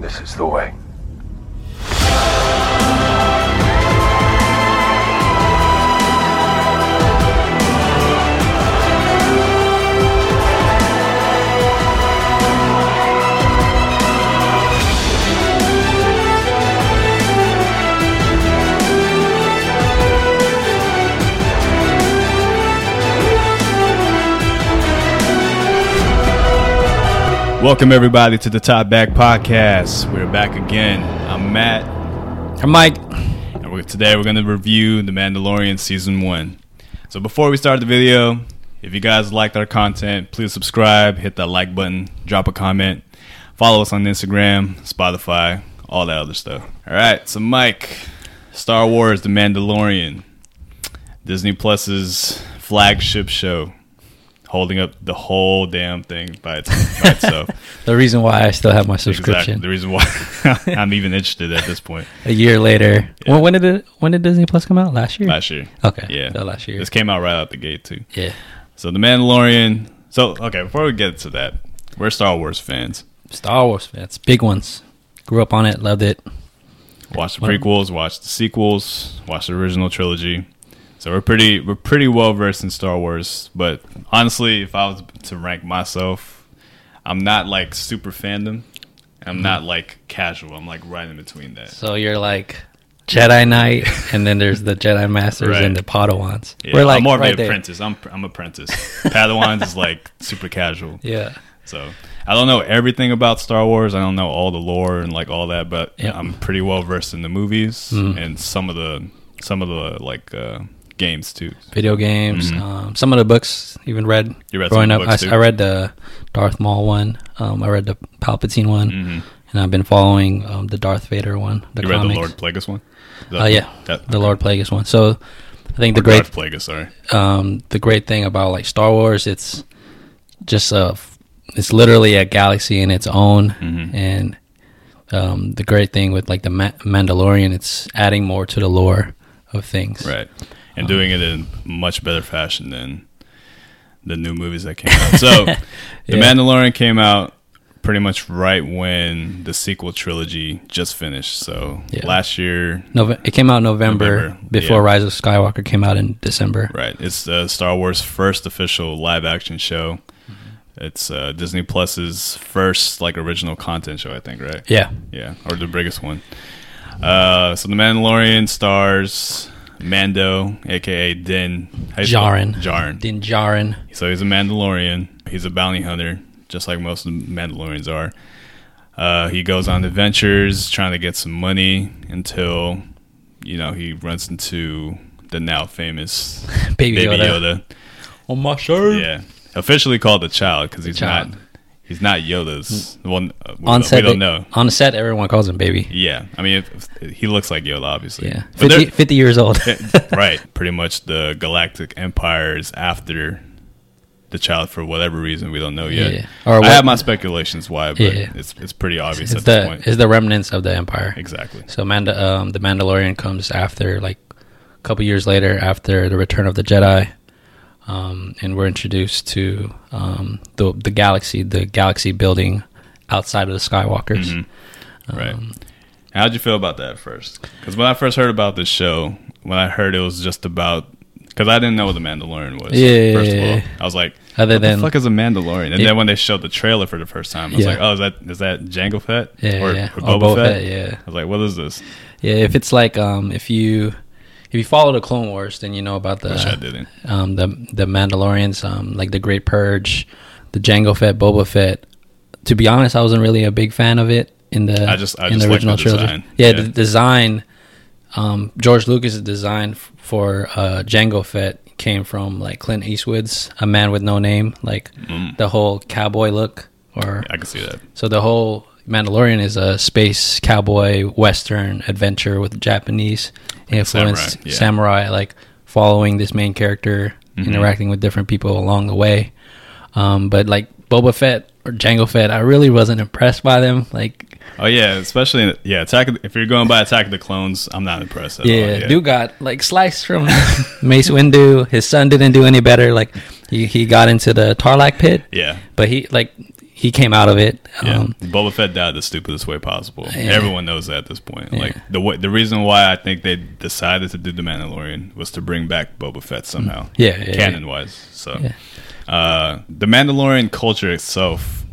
This is the way. Welcome everybody to the Top Back Podcast. We're back again. I'm Matt, I'm Mike. and we're, today we're going to review The Mandalorian season one. So before we start the video, if you guys liked our content, please subscribe, hit that like button, drop a comment, follow us on Instagram, Spotify, all that other stuff. All right, so Mike, Star Wars: The Mandalorian, Disney Plus's flagship show, holding up the whole damn thing by, its, by itself. The reason why I still have my subscription The reason why I'm even interested at this point a year later. When, when did it, when did Disney Plus come out? Last year. last year. Okay. Yeah. So last year. This came out right out the gate too. yeah. So the Mandalorian. So okay, before we get to that, we're Star Wars fans. Star Wars fans, big ones. Grew up on it, loved it. Watch the prequels, watch the sequels, watch the original trilogy. So we're pretty we're pretty well versed in Star Wars. But honestly, if I was to rank myself, I'm not like super fandom. Mm-hmm. I'm not like casual. I'm like right in between that. So you're like Jedi Knight, and then there's the Jedi Masters Right. and the Padawans. Yeah, We're like I'm more of right an there. apprentice. I'm I'm apprentice. Padawans is like super casual. Yeah. So I don't know everything about Star Wars. I don't know all the lore and like all that, but Yeah. Mm-hmm. I'm pretty well versed in the movies and some of the some of the like uh, games too. Video games. Um, some of the books even read. Mm-hmm. You read some growing of the up. I books, s- too? I, read the Darth Maul one. Um, I read the Palpatine one, and I've been following um, the Darth Vader one. The Mm-hmm. You read comics. the Lord Plagueis one? Oh yeah, that- the Lord Plagueis one. So I think the Darth great Plagueis. Sorry, um, the great thing about like Star Wars, it's just a it's literally a galaxy in its own, Mm-hmm. and um, the great thing with like the Ma- Mandalorian, it's adding more to the lore of things. right, and doing it in much better fashion than the new movies that came out. So the Yeah. Mandalorian came out pretty much right when the sequel trilogy just finished. So Yeah. last year, Nove- it came out November, November, before yeah. Rise of Skywalker came out in December. Right. It's uh, Star Wars' first official live action show. It's uh, Disney Plus's first like original content show, I think, right? Yeah, Yeah, or the biggest one. Uh, so the Mandalorian stars Mando, aka Din how you spell it? Djarin. Djarin. Din Djarin. So he's a Mandalorian. He's a bounty hunter, just like most Mandalorians are. Uh, he goes on adventures trying to get some money until, you know, he runs into the now famous Baby, Baby Yoda. Yoda. on my shirt. Yeah, officially called the child because he's child. not he's not Yoda's. Well, uh, we, don't, On we set, don't they- know. On set, everyone calls him baby. Yeah, I mean if, if- he looks like Yoda, obviously. Yeah, But 50, 50 years old. they're- right. Pretty much the Galactic Empire is after the child for whatever reason we don't know yet. Yeah. Or I what- have my speculations why, but Yeah. it's it's pretty obvious It's at this the point. it's the remnants of the empire. Exactly. So Manda, um, the Mandalorian comes after like a couple years later after the Return of the Jedi, um, and we're introduced to um, the the galaxy, the galaxy building outside of the Skywalkers. Um, Right. How'd you feel about that at first? Because when I first heard about this show, when I heard it was just about, because I didn't know what the Mandalorian was. Yeah, First of yeah, all, yeah. I was like, Other what than- the fuck is a Mandalorian? And Yeah. then when they showed the trailer for the first time, I was Yeah. like, oh, is that is that Jango Fett Yeah, or, yeah. or Or Boba, Boba Fett? Fett, yeah. I was like, what is this? Yeah, if it's like um, if you if you follow the Clone Wars, then you know about the Which I didn't. um, the the Mandalorians, um, like the Great Purge, the Jango Fett, Boba Fett. To be honest, I wasn't really a big fan of it in the I just- I in just the like the original trilogy. design. Yeah, Yeah. the design. Um, George Lucas' design f- for uh, Jango Fett came from like Clint Eastwood's A Man with No Name, like the whole cowboy look. Or Mm. I can see that. so the whole Mandalorian is a space cowboy western adventure with Japanese influence, samurai, samurai, yeah. Mm-hmm. like following this main character, interacting with different people along the way. Um, but like Boba Fett or Jango Fett, I really wasn't impressed by them. Like, Oh yeah, especially in, yeah. Attack of, the- if you're going by Attack of the Clones, I'm not impressed at all. yeah, dude got like sliced from Mace Windu. His son didn't do any better. Like, he, he got into the Tarlac pit, Yeah. but he like he came out of it. Yeah, Um, Boba Fett died the stupidest way possible. Yeah. Everyone knows that at this point. Like the way, the reason why I think they decided to do the Mandalorian was to bring back Boba Fett somehow. Mm. Yeah, yeah, yeah. canon wise. So, uh, the Mandalorian culture itself,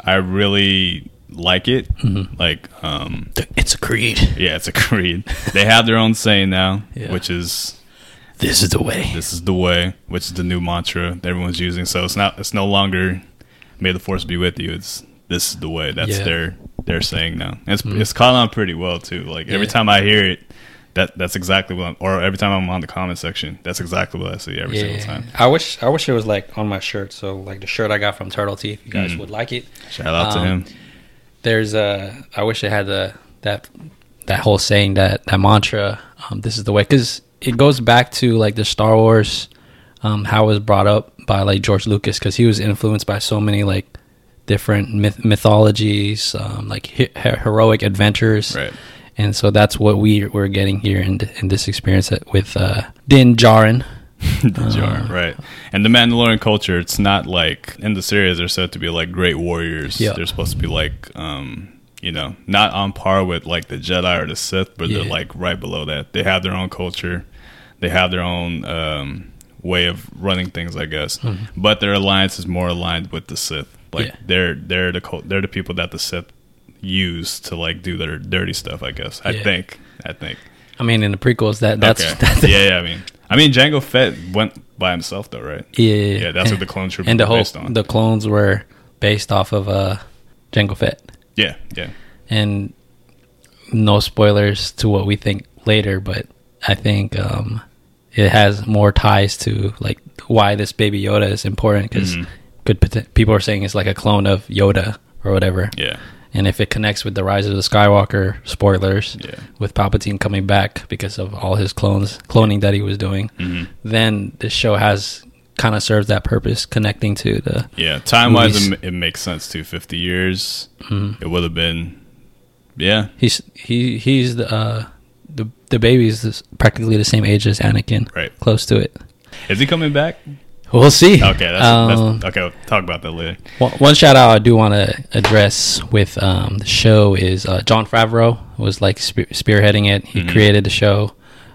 I really like it. Mm-hmm. Like, um, It's a creed. yeah, it's a creed. they have their own saying now, Yeah. which is This is the way. "This is the way," which is the new mantra that everyone's using. So it's not. It's no longer "May the Force be with you." It's "This is the way." That's Yeah. Mm-hmm. their their saying now. And it's it's caught on pretty well too. Like every Yeah. time I hear it, that that's exactly what. I'm, or every time I'm on the comment section, that's exactly what I see every single Yeah, time. I wish I wish it was like on my shirt. So like the shirt I got from Turtle Teeth, you guys Mhm. would like it. Shout out to Um, him. There's a I wish it had the that that whole saying that that mantra. Um, this is the way because it goes back to like the Star Wars, um, how it was brought up by like George Lucas because he was influenced by so many like different myth- mythologies, um, like he- he- heroic adventures. Right. and so that's what we we're getting here in in this experience that- with uh, Din Djarin. Jar, Uh. right. And the Mandalorian culture, it's not like in the series they're said to be like great warriors. Yeah. They're supposed to be like um, you know, not on par with like the Jedi or the Sith, but they're Yeah. like right below that. They have their own culture. They have their own um way of running things, I guess. But their alliance is more aligned with the Sith. Like Hmm. Yeah. they're they're the cult, they're the people that the Sith use to like do their dirty stuff, I guess. I Yeah. think. I think. I mean, in the prequels, that that's that's okay. yeah, yeah. I mean, I mean, Django Fett went by himself though, right? yeah, Yeah, that's what the clone troopers and the were whole based on. the clones were based off of uh, Jango Fett, Yeah, yeah, and no spoilers to what we think later, but I think um, it has more ties to like why this baby Yoda is important because Mhm. good pot- people are saying it's like a clone of Yoda or whatever, yeah, and if it connects with the Rise of the Skywalker spoilers, yeah. with Palpatine coming back because of all his clones cloning that he was doing, Mhm. then this show has kind of serves that purpose, connecting to the Yeah, time wise, Movies. Mm-hmm. it, ma- it makes sense too. 50 years, it would have been, yeah, he's he he's the uh, the the baby's this- practically the same age as Anakin, right. close to it. Is he coming back? We'll see. Okay, that's, Um, that's okay. We'll talk about that later. One, one shout out I do want to address with um, the show is uh, John Favreau was like spe- spearheading it. Mm-hmm. He created the show,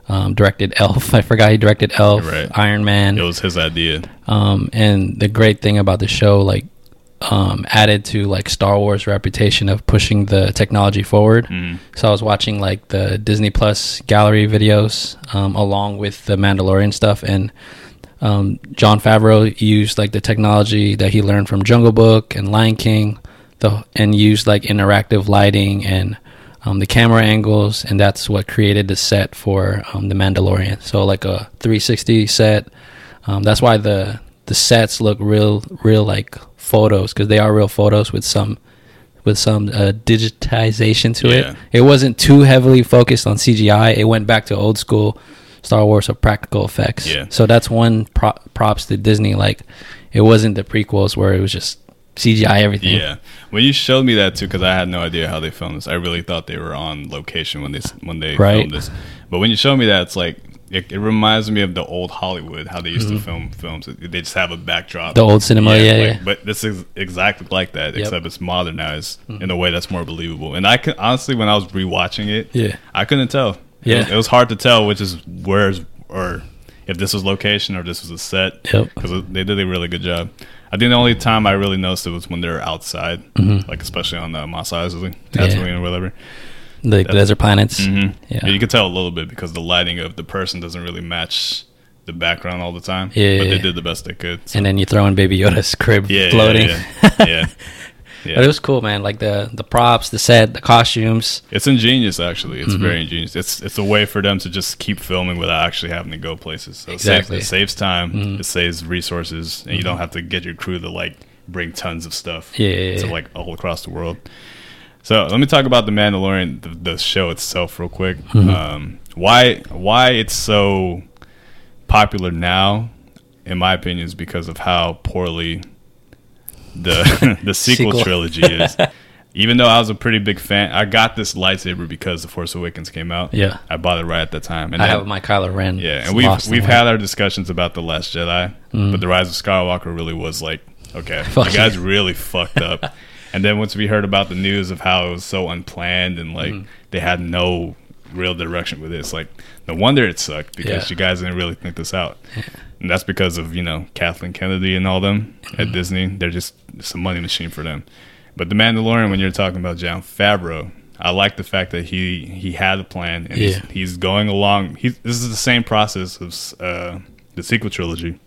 um, directed Elf. I forgot he directed Elf, Right. Iron Man. It was his idea. um, and the great thing about the show like um, added to like star wars reputation of pushing the technology forward Mm. so i was watching like the disney plus gallery videos um, along with the mandalorian stuff and um, john favreau used like the technology that he learned from jungle book and lion king the, and used like interactive lighting and um, the camera angles and that's what created the set for um, the mandalorian so like a 360 set um, that's why the the sets look real, real like photos because they are real photos with some with some uh, digitization to Yeah. it. It wasn't too heavily focused on CGI. It went back to old school Star Wars of practical effects. Yeah. So that's one pro- props to Disney. Like it wasn't the prequels where it was just CGI everything. Yeah, when you showed me that too, because I had no idea how they filmed this. I really thought they were on location when they s- when they Right. filmed this. But when you showed me that, it's like it, it reminds me of the old Hollywood, how they used to film films. They just have a backdrop. Mm-hmm. The old cinema. Yeah, yeah. like- But this is exactly like that, Yep. Mm-hmm. except it's modernized in a way that's more believable. And I can honestly, when I was rewatching it, Yeah. I couldn't tell. Yeah. it was, it was hard to tell which is where's or if this was location or this was a set. Yep. because they did a really good job. I think the only time I really noticed it was when they were outside, Mm-hmm. like especially on the Mos Eisley, Tatooine, or whatever. The desert planets. Mm-hmm. Yeah. You could tell a little bit because the lighting of the person doesn't really match the background all the time. Yeah, but yeah, they yeah. did the best they could. So- And then you throw in Baby Yoda's crib yeah, yeah, floating. yeah, yeah. yeah. But it was cool, man. Like the the props, the set, the costumes. It's ingenious, actually. It's Mm-hmm. very ingenious. It's it's a way for them to just keep filming without actually having to go places. So Exactly. Mm-hmm. it, saves, it saves time, it saves resources, and you don't have to get your crew to like bring tons of stuff Yeah, yeah, to yeah. like all across the world. So let me talk about the Mandalorian, the, the show itself, real quick. Mm-hmm. Um, why why it's so popular now, in my opinion, is because of how poorly the the sequel, Sequel. trilogy is. Even though I was a pretty big fan, I got this lightsaber because The Force Awakens came out. Yeah. I bought it right at that time. And I then- have my Kylo Ren. yeah, It's and we've lost in we've one. had our discussions about The Last Jedi, but The Rise of Skywalker really was like Okay, Fuck the guy's yeah. really fucked up. And then once we heard about the news of how it was so unplanned and like Mm-hmm. they had no real direction with it, it's like no wonder it sucked because Yeah. you guys didn't really think this out. And that's because of you know Kathleen Kennedy and all them Mm-hmm. at Disney. They're just it's a money machine for them. But the Mandalorian, when you're talking about John Favreau, I like the fact that he he had a plan and he's, Yeah. he's going along. He's, this is the same process of uh, the sequel trilogy,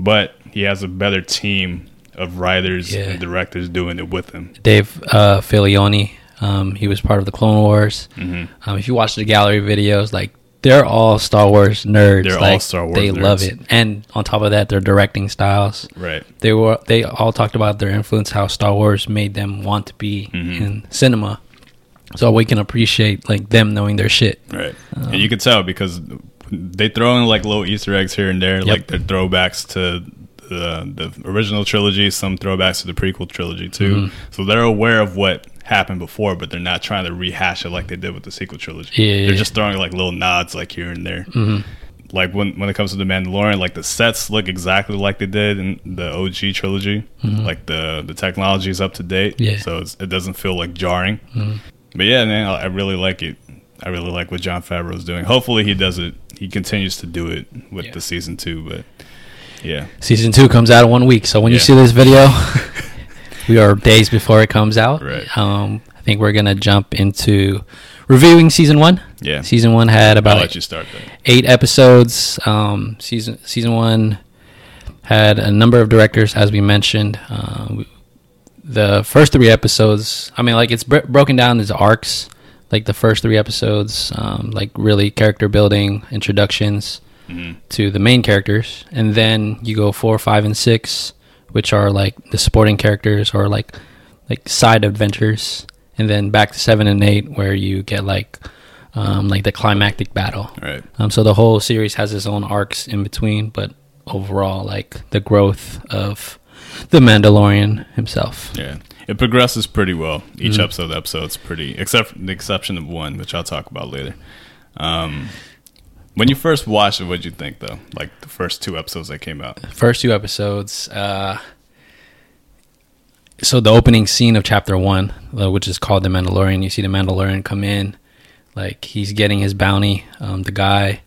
but he has a better team of writers Yeah. and directors doing it with him. Dave uh, Filioni. Um, he was part of the Clone Wars. Mm-hmm. Um, if you watch the gallery videos, like they're all Star Wars nerds. They're all Like, Star Wars They love nerds. it, and on top of that, their directing styles. Right. They were they all talked about their influence, how Star Wars made them want to be Mm-hmm. in cinema. So we can appreciate like them knowing their shit. Right. and you can tell because they throw in like little Easter eggs here and there, like their throwbacks to the, the original trilogy, some throwbacks to the prequel trilogy too. Mm-hmm. So they're aware of what happened before, but they're not trying to rehash it like they did with the sequel trilogy. Yeah, yeah, they're yeah. Mm-hmm. just throwing like little nods like here and there. Like when when it comes to the Mandalorian, like the sets look exactly like they did in the OG trilogy. Like the the technology is up to date, Mm-hmm. Yeah. Mm-hmm. so it's, it doesn't feel like jarring. But yeah, man, I I really like it. I really like what John Favreau's doing. Hopefully, he does it. He continues to do it with Yeah. the season two. But yeah, Season two comes out in one week, so when you Yeah. see this video, we are days before it comes out. Right. Um, I think we're gonna jump into reviewing season one. yeah. Season one had I'll about let you start that. eight episodes. Um, season season one had a number of directors, as we mentioned. Uh, we- the first three episodes, I mean, like it's bro broken down into arcs. Like the first three episodes, um, like really character building, introductions Mm-hmm. to the main characters, and then you go four, five, and six, which are like the supporting characters or like like side adventures, and then back to seven and eight where you get like um, like the climactic battle. All right. Um, so the whole series has its own arcs in between, but overall, like the growth of the Mandalorian himself. Yeah, it progresses pretty well. Each Mm-hmm. episode, episode's pretty, except for the exception of one, which I'll talk about later. Um, when you first watched it, what'd you think though? Like the first two episodes that came out. First two episodes. Uh, so the opening scene of chapter one, uh, which is called the Mandalorian, you see the Mandalorian come in, like he's getting his bounty, um, the guy,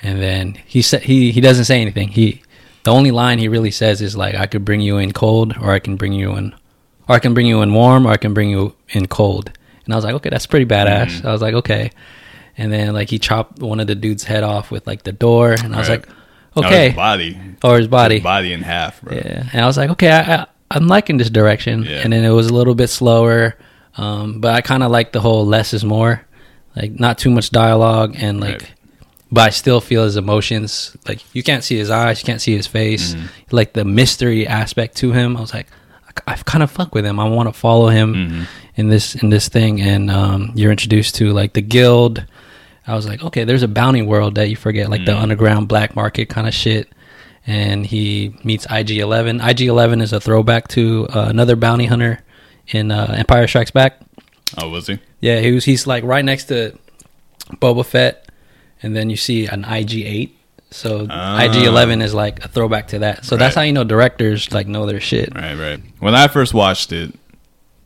and then he sa- he he doesn't say anything. He the only line he really says is like, "I could bring you in cold, or I can bring you in, or I can bring you in warm, or I can bring you in cold." And I was like, "Okay, that's pretty badass." Mm-hmm. I was like, "Okay," and then like he chopped one of the dude's head off with like the door, and I was Right. like, Now "Okay," his body, or his body. his body in half, bro. Yeah, and I was like, okay, I, I, I'm liking this direction. Yeah. And then it was a little bit slower, um, but I kind of like the whole less is more, like not too much dialogue, and like, Right. but I still feel his emotions. Like you can't see his eyes, you can't see his face, Mm-hmm. like the mystery aspect to him. I was like, I, kind of fuck with him. I want to follow him Mm-hmm. in this in this thing. And um, you're introduced to like the guild. I was like, okay, there's a bounty world that you forget, like Mm-hmm. the underground black market kind of shit. And he meets IG Eleven. IG Eleven is a throwback to uh, another bounty hunter in uh, Empire Strikes Back. Oh, was he? Yeah, he was. He's like right next to Boba Fett, and then you see an IG Eight. So Ah. IG Eleven is like a throwback to that. So that's Right. how you know directors like know their shit. Right, right. When I first watched it,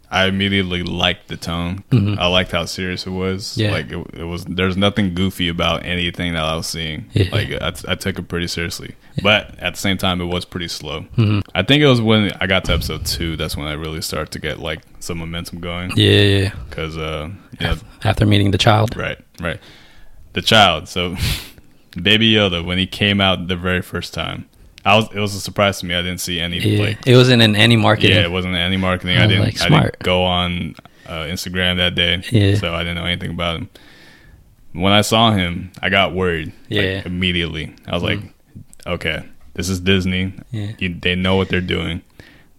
I immediately liked the tone. I liked how serious it was. Mm-hmm. Yeah. Like it, it was. There's nothing goofy about anything that I was seeing. Yeah. Like I, t- I took it pretty seriously, but at the same time, it was pretty slow. Mm-hmm. I think it was when I got to episode two. That's when I really started to get like some momentum going. Yeah, yeah, yeah. Because uh, yeah, After meeting the child, right, right. The child. So, Baby Yoda when he came out the very first time, I was. It was a surprise to me. I didn't see any yeah, like it wasn't in any market. yeah, it wasn't any marketing. I Oh, didn't. like, I didn't smart. go on uh, Instagram that day, Yeah. so I didn't know anything about him. When I saw him, I got worried. like, Yeah. Mm. immediately, I was like, "Okay, this is Disney. Yeah. You, they know what they're doing.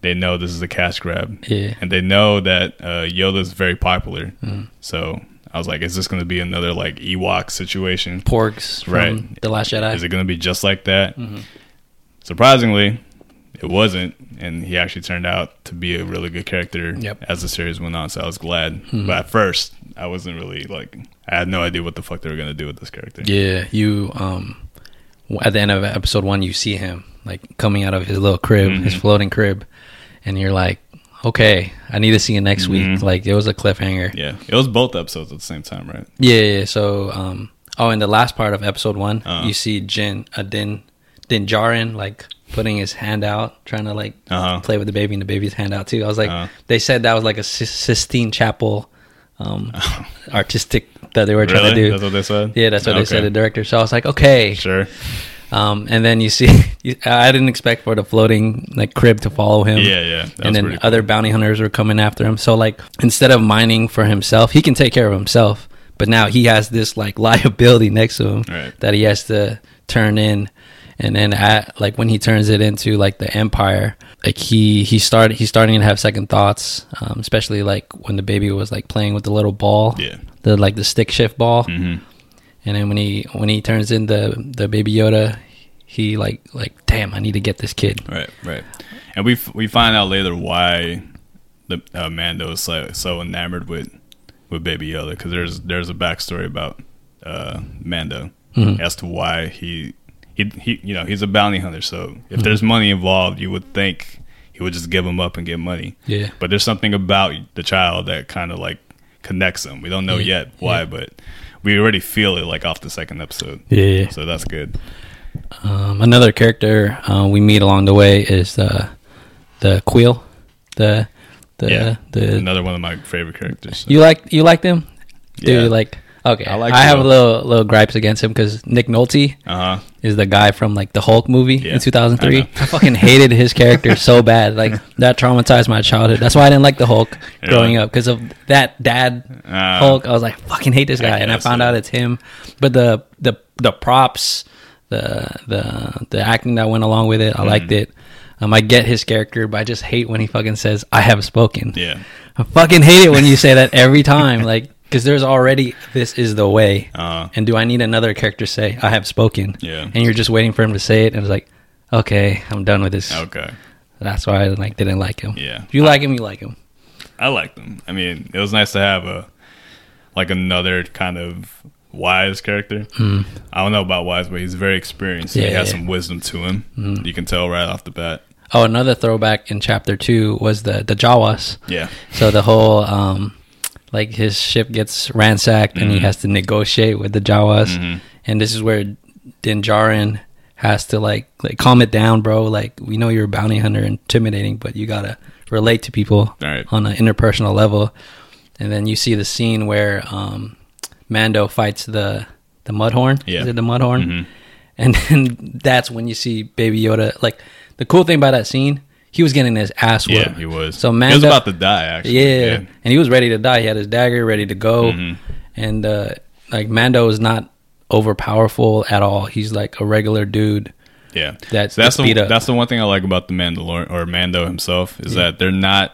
They know this is a cash grab, Yeah. and they know that uh, Yoda is very popular. Mm. So I was like, "Is this going to be another like Ewok situation? Porgs from Right. the Last Jedi. Is it going to be just like that?" Mm-hmm. Surprisingly, it wasn't, and he actually turned out to be a really good character Yep. Mm-hmm. as the series went on. So I was glad, but at first, I wasn't really like I had no idea what the fuck they were going to do with this character. Yeah, you um Mm-hmm. w- at the end of episode 1 you see him like coming out of his little crib, his floating crib. and you're like, okay, I need to see you next week. Like it was a cliffhanger. Yeah, Mm-hmm. Yeah, it was both episodes at the same time, right? yeah. yeah. So, um, oh, and the last part of episode one, Uh-huh. you see Jin, uh, Din, Din Djarin, like putting his hand out, trying to like Uh-huh. play with the baby, and the baby's hand out too. I was like, Uh-huh. they said that was like a Sis- Sistine Chapel, um, artistic that they were trying to Really? do. That's what they said. yeah, that's what they said. Okay. The director. So I was like, okay, Sure. Um, and then you see, you, I didn't expect for the floating like crib to follow him. Yeah, yeah, that was Um, And then uh, pretty other bounty hunters were coming after him. So like, instead of mining for himself, he can take care of himself. But now he has this like liability next to him Right. that he has to turn in. And then at like when he turns it into like the empire, like he he started he's starting to have second thoughts, um, especially like when the baby was like playing with the little ball, Yeah. the like the stick shift ball. Mm-hmm. And then when he when he turns in the the baby Yoda, he like like damn, I need to get this kid. Right, right. And we f- we find out later why the uh, Mando is so, so enamored with with Baby Yoda because there's there's a backstory about uh, Mando Mm-hmm. as to why he, he he you know he's a bounty hunter. So if there's Mm-hmm. money involved, you would think he would just give him up and get money. Yeah. But there's something about the child that kind of like connects him. We don't know Yeah, yet why, but we already feel it like off the second episode. Yeah. So that's good. Um, another character uh, we meet along the way is the the Quill, the the yeah. the. Another one of my favorite characters. You like you like them? Do Yeah. you like? Okay, I I, like have a Quill. little little gripes against him because Nick Nolte Uh huh. is the guy from like the Hulk movie Yeah, in 2003. I I, know. fucking hated his character so bad. Like that traumatized my childhood. That's why I didn't like the Hulk Yeah. growing up because of that dad Ah. Hulk. I was like, fucking hate this I guy, and I guess, found yeah. out it's him. But the the the props, the the the acting that went along with it, Mm-hmm. I liked it. Um, I get his character, but I just hate when he fucking says, "I have spoken." Yeah. I fucking hate it when you say that every time, like. Because there's already this is the way, Uh-huh. and do I need another character to say I have spoken? Yeah. and you're just waiting for him to say it, and it's like, okay, I'm done with this. Okay. That's why I like didn't like him. Yeah. if you like him, you like him. I like them. I mean, it was nice to have a like another kind of wise character. I don't know about wise, but he's very experienced. he Hmm. Yeah, has yeah. Hmm. some wisdom to him. You can tell right off the bat. Oh, another throwback in chapter two was the the Jawas. Yeah. So the whole um, like his ship gets ransacked and Mm-hmm. he has to negotiate with the Jawas, and this is where Din Djarin has to like like calm it down, bro. Like we know you're a bounty hunter, intimidating, but you gotta relate to people Right. on an interpersonal level. And then you see the scene where um, Mando fights the the Mudhorn. Yeah. Mm-hmm. Is it the Mudhorn? And then that's when you see Baby Yoda. Like the cool thing about that scene, he was getting his ass Yeah, whooped. he was. So he was Mando, about to die. Actually. yeah. Oh. and he was ready to die. He had his dagger ready to go, Mm-hmm. and uh, like Mando is not overpowerful at all. He's like a regular dude. Yeah. That's- So that's that's the beat up. that's the one thing I like about the Mandalorian or Mando himself is that they're not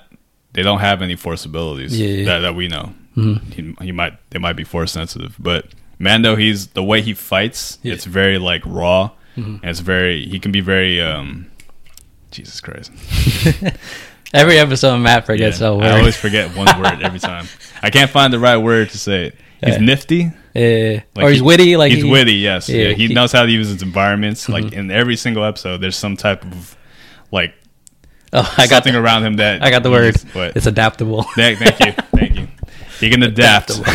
they don't have any force abilities Yeah, yeah. that, that we know. He, he might they might be force sensitive, but Mando he's the way he fights. Yeah. Mm-hmm. It's very like raw. And it's very he can be very um Jesus Christ. Mm-hmm. Every episode, Matt forgets Yeah. that word. I always forget one word every time. I can't find the right word to say it. He's Yeah. nifty. Yeah. Like or he's he- witty. Like he's he- witty, yes. Yeah, yeah, he, he- Mm-hmm. knows how to use his environments. Like in every single episode, there's some type of like Oh, I got something around him that I got the he word. just- What? It's adaptable. Thank- thank you, thank you. He can adapt. Adaptable.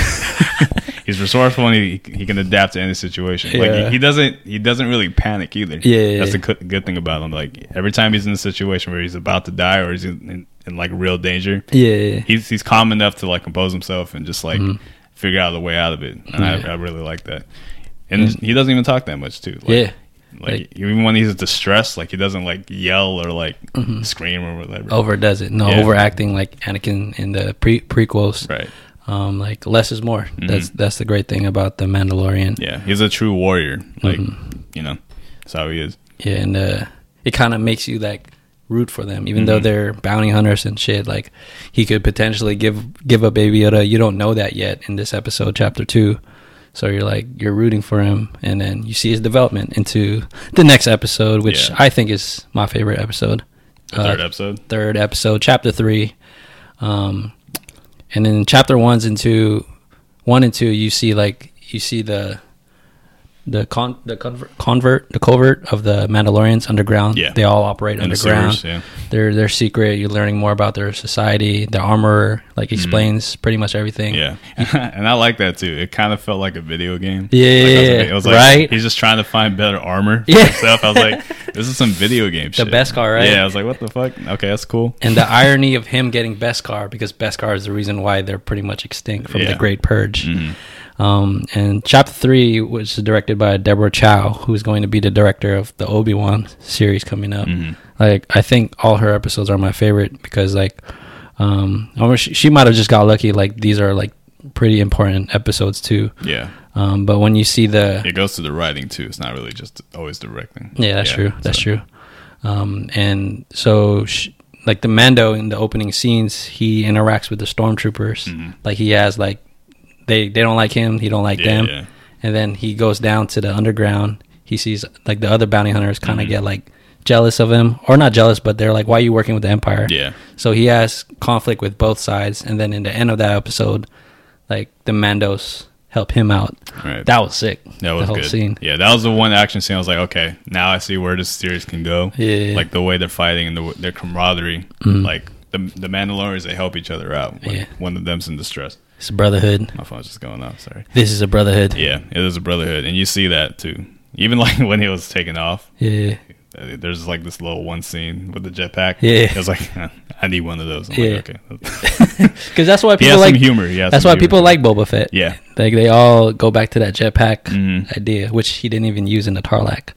He's resourceful and he, he can adapt to any situation. Like Yeah. he, he doesn't he doesn't really panic either. Yeah, yeah, that's yeah. the good, good thing about him. Like every time he's in a situation where he's about to die or he's in, in, in like real danger, yeah. Mm-hmm. he's he's calm enough to like compose himself and just like figure out the way out of it. And I, Yeah. I really like that. And he doesn't even talk that much too. Like, Yeah. Like, even when he's distressed, like he doesn't like yell or like Mm-hmm. scream or whatever. Overdoes it. No Yeah. overacting like Anakin in the pre- prequels. Right. Mm-hmm. Um, like less is more. That's that's the great thing about the Mandalorian. Yeah, he's a true warrior. Like, Mm-hmm. you know, that's how he is. Yeah, and uh, it kind of makes you like root for them, even though they're bounty hunters and shit. Like he could potentially give give a baby Yoda. You don't know that yet in this episode, chapter two. So you're like you're rooting for him, and then you see his development into the next episode, which Yeah. I think is my favorite episode. The Uh, third episode. third episode, chapter three. Um, and then chapter ones and two, one and two, you see like you see the the con the convert, convert the covert of the Mandalorians underground. Yeah. they all operate And the underground. sewers, yeah. They're they're secret. You're learning more about their society. The armorer like explains pretty much everything. Mm-hmm. Yeah, and I like that too. It kind of felt like a video game. Yeah, like I was, like- I was like, right? He's just trying to find better armor for Yeah. himself. I was like, this is some video game The shit. Beskar, right? Yeah, I was like, what the fuck? Okay, that's cool. And the irony of him getting Beskar because Beskar is the reason why they're pretty much extinct from Yeah. the Great Purge. Um, and Chapter Three was directed by Deborah Chow, who's going to be the director of the Obi Wan series coming up. Mm. Like, I think all her episodes are my favorite because, like, um, or she, she might have just got lucky. Like, these are like pretty important episodes too. Yeah, Um, but when you see the it goes to the writing too. It's not really just always directing. yeah, that's true. That's true. Um, and so, sh like the Mando in the opening scenes, he interacts with the stormtroopers. Like he has like they they don't like him, he don't like Mm-hmm. Yeah, them, yeah. and then he goes down to the underground. He sees like the other bounty hunters kind of Mm-hmm. get like jealous of him, or not jealous, but they're like, "Why are you working with the Empire?" Yeah. So he has conflict with both sides, and then in the end of that episode, like the Mandos help him out. Right. That was sick. That was the whole good. scene. Yeah, that was the one action scene. I was like, okay, now I see where this series can go. Yeah. Mm. like the way they're fighting and the, w- their camaraderie. Like the the Mandalorians, they help each other out when Yeah. one of them's in distress. It's a brotherhood. My phone's just going off. Sorry. This is a brotherhood. Yeah, it is a brotherhood, and you see that too. Even like when he was taking off, Yeah, uh, there's like this little one scene with the jetpack. Yeah. it was like I need one of those. I'm Yeah. like, okay. because that's why he people has like some humor. He has That's some why humor. people like Boba Fett. Yeah. Mm-hmm. like they all go back to that jetpack idea, which he didn't even use in the Tarlac,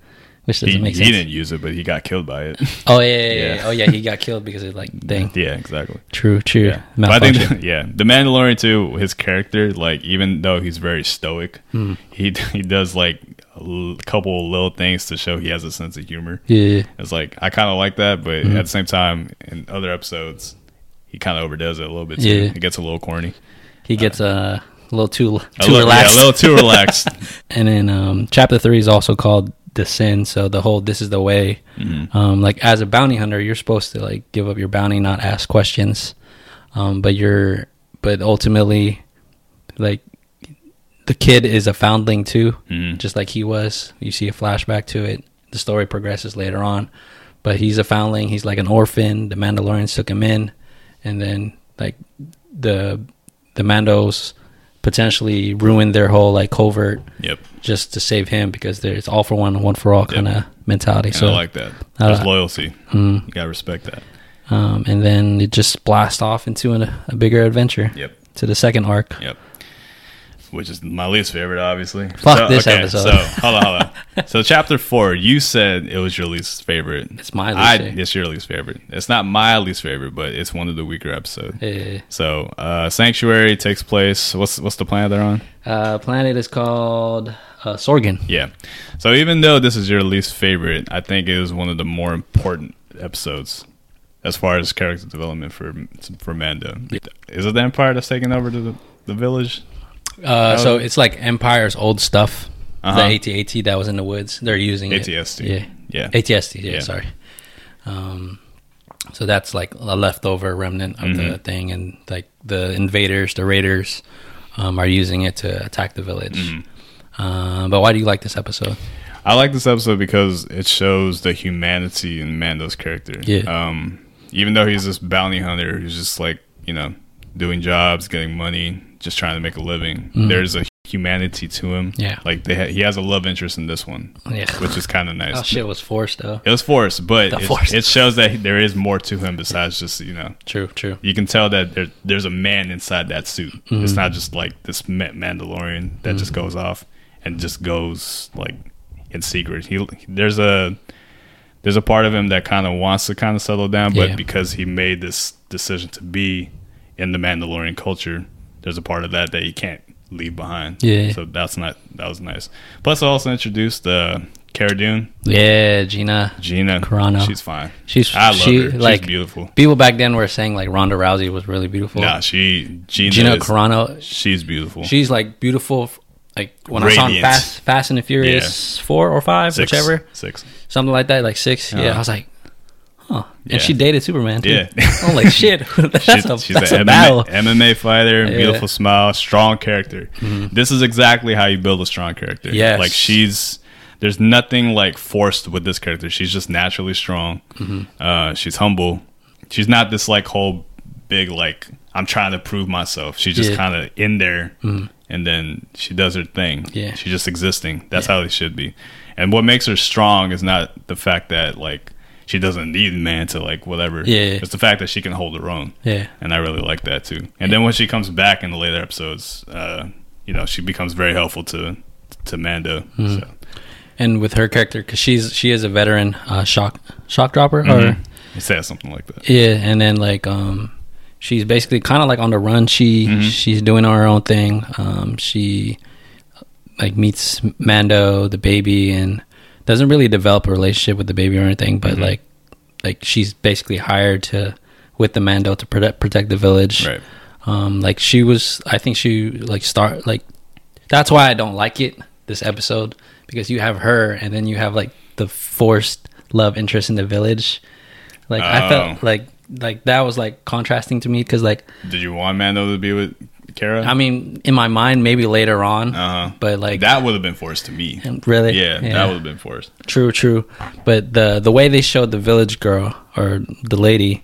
which doesn't He, make he sense. didn't use it, but he got killed by it. Oh yeah, yeah, yeah, Yeah. yeah. oh yeah, he got killed because of like dang. yeah, exactly. True, true. Yeah. But I think, Malfunction. yeah, the Mandalorian too. His character, like, even though he's very stoic, Hmm. he he does like a l- couple little things to show he has a sense of humor. yeah, It's like I kind of like that, but Mm-hmm. at the same time, in other episodes, he kind of overdoes it a little bit. Too. Yeah. it gets a little corny, he gets uh, a little too a too little, yeah, relaxed. a little too relaxed. and then um, chapter three is also called the sin. So the whole this is the way. Mm-hmm. Um, like as a bounty hunter, you're supposed to like give up your bounty, not ask questions. Um, but you're but ultimately, like the kid is a foundling too, Mm-hmm. just like he was. You see a flashback to it. The story progresses later on, but he's a foundling. He's like an orphan. The Mandalorians took him in, and then like the the Mandos potentially ruined their whole like covert yep, just to save him because there's all for one, one for all kind of mentality. so, So, uh, I like that. I There's like- loyalty. You gotta respect that. um, and then it just blasts off into an, a bigger adventure Yep. to the second arc. Yep. Which is my least favorite, obviously. Fuck this episode. So hold on, hold on. so chapter four, you said it was your least favorite. It's my least I, favorite. It's your least favorite. It's not my least favorite, but it's one of the weaker episodes. Yeah. So uh, sanctuary takes place. What's what's the planet they're on? Uh, planet is called uh, Sorgan. Yeah. So even though this is your least favorite, I think it is one of the more important episodes as far as character development for for Mando. Is it the Empire that's taking over to the, the village? Uh, so it's like Empire's old stuff, Uh-huh. the AT-AT that was in the woods. They're using it. ATST. Yeah. Yeah. ATST. Yeah, Yeah. sorry. Um, so that's like a leftover remnant of the Mm-hmm. thing, and like the invaders, the raiders, um, are using it to attack the village. Mm-hmm. Um, but why do you like this episode? I like this episode because it shows the humanity in Mando's character. Yeah. Um, even though he's this bounty hunter who's just like, you know, doing jobs, getting money, just trying to make a living, there's a humanity to him. Mm-hmm. Yeah. Like they ha- he has a love interest in this one, Yeah. which is kind of nice. Oh shit, was forced though. It was forced, but The it, force. it shows that there is more to him besides just, you know, True, true. you can tell that there, there's a man inside that suit. Mm-hmm. It's not just like this Ma- Mandalorian that just goes off and just goes like in secret. He there's a there's a part of him that kind of wants to kind of settle down, but Yeah. because he made this decision to be in the Mandalorian culture, there's a part of that that he can't leave behind. Yeah. So that's not that was nice. Plus, I also introduced uh, Cara Dune, Yeah, Gina. Gina Carano. She's fine. She's I love she her. She's like beautiful. People back then were saying like Ronda Rousey was really beautiful. Nah, she Gina. Gina is- Carano, She's beautiful. she's like beautiful. f- Like when I saw Radiant. in Fast, Fast and the Furious four or five, Six. whichever, Six. something like that, like six. Yeah, I was like, oh, Yeah. and she dated Superman. Too. Yeah. I'm like, shit, that's She's- a she's that's a an battle. MMA, MMA fighter, Yeah. Mm-hmm. beautiful smile, strong character. This is exactly how you build a strong character. Yes. Like she's there's nothing like forced with this character. She's just naturally strong. Mm-hmm. Uh, she's humble. She's not this like whole big like I'm trying to prove myself. She's just Yeah. Mm-hmm. kind of in there, and then she does her thing. Yeah. she's just existing. That's how they should be. And what makes her strong is not the fact that like she doesn't need man to like whatever. Yeah, yeah. it's the fact that she can hold her own Yeah, and I really like that too. And then when she comes back in the later episodes, uh, you know, she becomes very helpful to to Mando. Mm-hmm. So and with her character, because she's she is a veteran uh, shock shock dropper, or Mhm. it says something like that. Yeah, and then like um she's basically kind of like on the run. She she's doing her own thing. Um she like meets Mando, the baby and doesn't really develop a relationship with the baby or anything, but like like she's basically hired to with the Mando to protect protect the village. Right. Um like she was I think she like start like that's why I don't like it this episode because you have her and then you have like the forced love interest in the village. Like I Oh. felt like like that was like contrasting to me because like Did you want Mando to be with Kara? I mean in my mind maybe later on, uh-huh. but like That would have been forced to me. really Yeah, that would have been forced. True, true. But the the way they showed the village girl or the lady,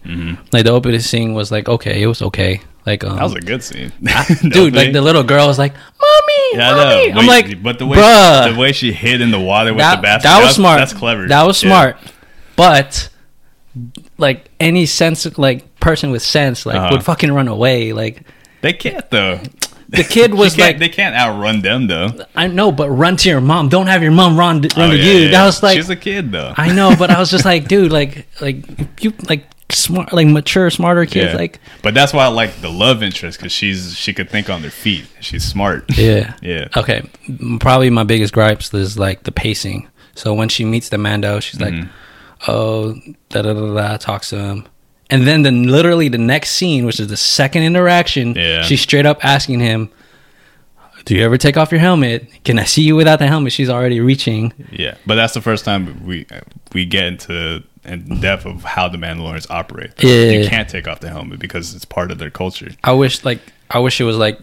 like the opening scene was like okay, it was okay. Like um, Mm-hmm. That was a good scene, dude, like the little girl was like, "Mommy, Yeah, I know. mommy." I'm Wait, like, but the way bruh, the way she hid in the water with the basket that was smart. That's clever. That was Yeah. smart. But like any sense, like person with sense, like Uh-huh. would fucking run away. Like They can't though. the She kid was can't- like, they can't outrun them though. I know, but run to your mom. Don't have your mom run, run Oh, to yeah, you. yeah, That yeah. was like, she's a kid though. I know, but I was just like, dude, like, like you, like smart, like mature, smarter kids, like, but that's why I like the love interest because she's she could think on their feet. She's smart. yeah, yeah. Okay, m- probably my biggest gripes is like the pacing. So when she meets the Mando, she's like, Mm-hmm. "Oh, da da da da," talks to him, and then the literally the next scene, which is the second interaction, Yeah. she's straight up asking him, "Do you ever take off your helmet? Can I see you without the helmet?" She's already reaching. Yeah, but that's the first time we we get into in depth of how the Mandalorians operate. though. Yeah. you can't take off the helmet because it's part of their culture. I wish like I wish it was like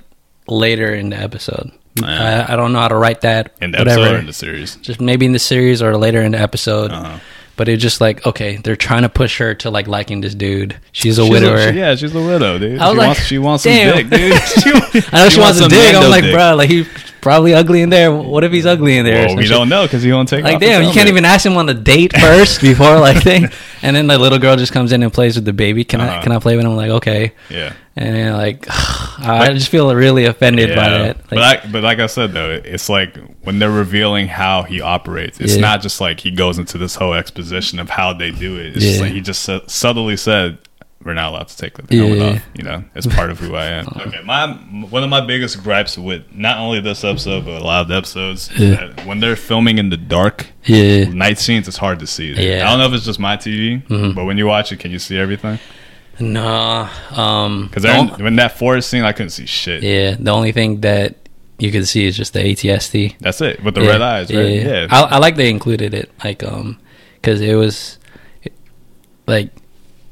later in the episode. I, I don't know how to write that. In the whatever. episode or in the series, just maybe in the series or later in the episode. Uh-huh. But it's just like okay, they're trying to push her to like liking this dude. She's a She's a- widower. she- yeah, she's a widow, dude. I was she like, wants she wants some damn. dick, dude. she, I know she, wants a some dick. I'm Mando like, dick. bro, like he's probably ugly in there. What if he's ugly in there? or Well, some we shit? don't know because he won't take. Like, off his damn, you can't helmet. even ask him on a date first before like thing. And then the little girl just comes in and plays with the baby. Can Uh-huh. I can I play with him? I'm like, okay. Yeah. And then, like, I just feel really offended by that. Like, but I, but like I said though, it- it's like when they're revealing how he operates, it's Yeah. not just like he goes into this whole exposition of how they do it. It's just Yeah. like he just su- subtly said, "We're not allowed to take the Yeah, helmet yeah, yeah. off." You know, it's part of who I am. Okay, my one of my biggest gripes with not only this episode but a lot of the episodes is Yeah. that when they're filming in the dark. yeah. Night scenes, it's hard to see. Yeah. Mm-hmm. I don't know if it's just my TV, but when you watch it, can you see everything? Nah. Um, Because the on- when that forest scene, I couldn't see shit. yeah, the only thing that you can see is just the ATST. That's it with the Yeah, red eyes, right? Yeah, yeah. I, I like they included it, like um, because it was, like,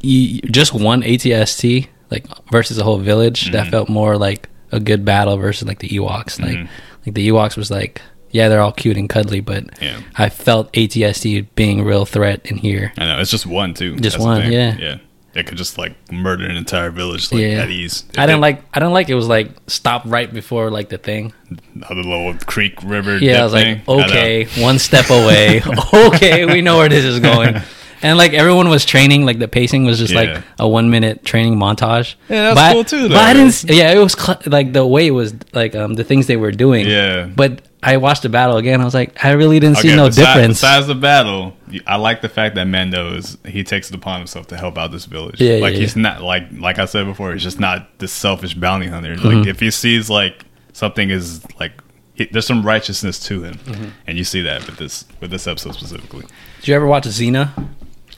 you, just one ATST like versus a whole village. That Mm-hmm. felt more like a good battle versus like the Ewoks. Like, Mm-hmm. like the Ewoks was like, yeah, they're all cute and cuddly, but Yeah. I felt ATST being a real threat in here. I know it's just one too. Just That's the one, thing. yeah. yeah. They could just like murder an entire village like Yeah. at ease. I didn't They- like. I didn't like it was like stopped right before like the thing. the little creek river. Yeah, dip I was thing. like, I know. okay, one step away. okay, we know where this is going. And like everyone was training, like the pacing was just Yeah. like a one minute training montage. Yeah, that's But- cool too, But I though. didn't. s- Yeah, it was cl- like the way it was like um the things they were doing. Yeah. But I watched the battle again. I was like, I really didn't Okay, see no besi- difference. Besides the battle, you- I like the fact that Mando is he takes it upon himself to help out this village. Yeah, like yeah, he's not like like I said before, he's just not this selfish bounty hunter. Mm-hmm. Like if he sees like something is like he, there's some righteousness to him, Mm-hmm. and you see that with this with this episode specifically. Did you ever watch Xena?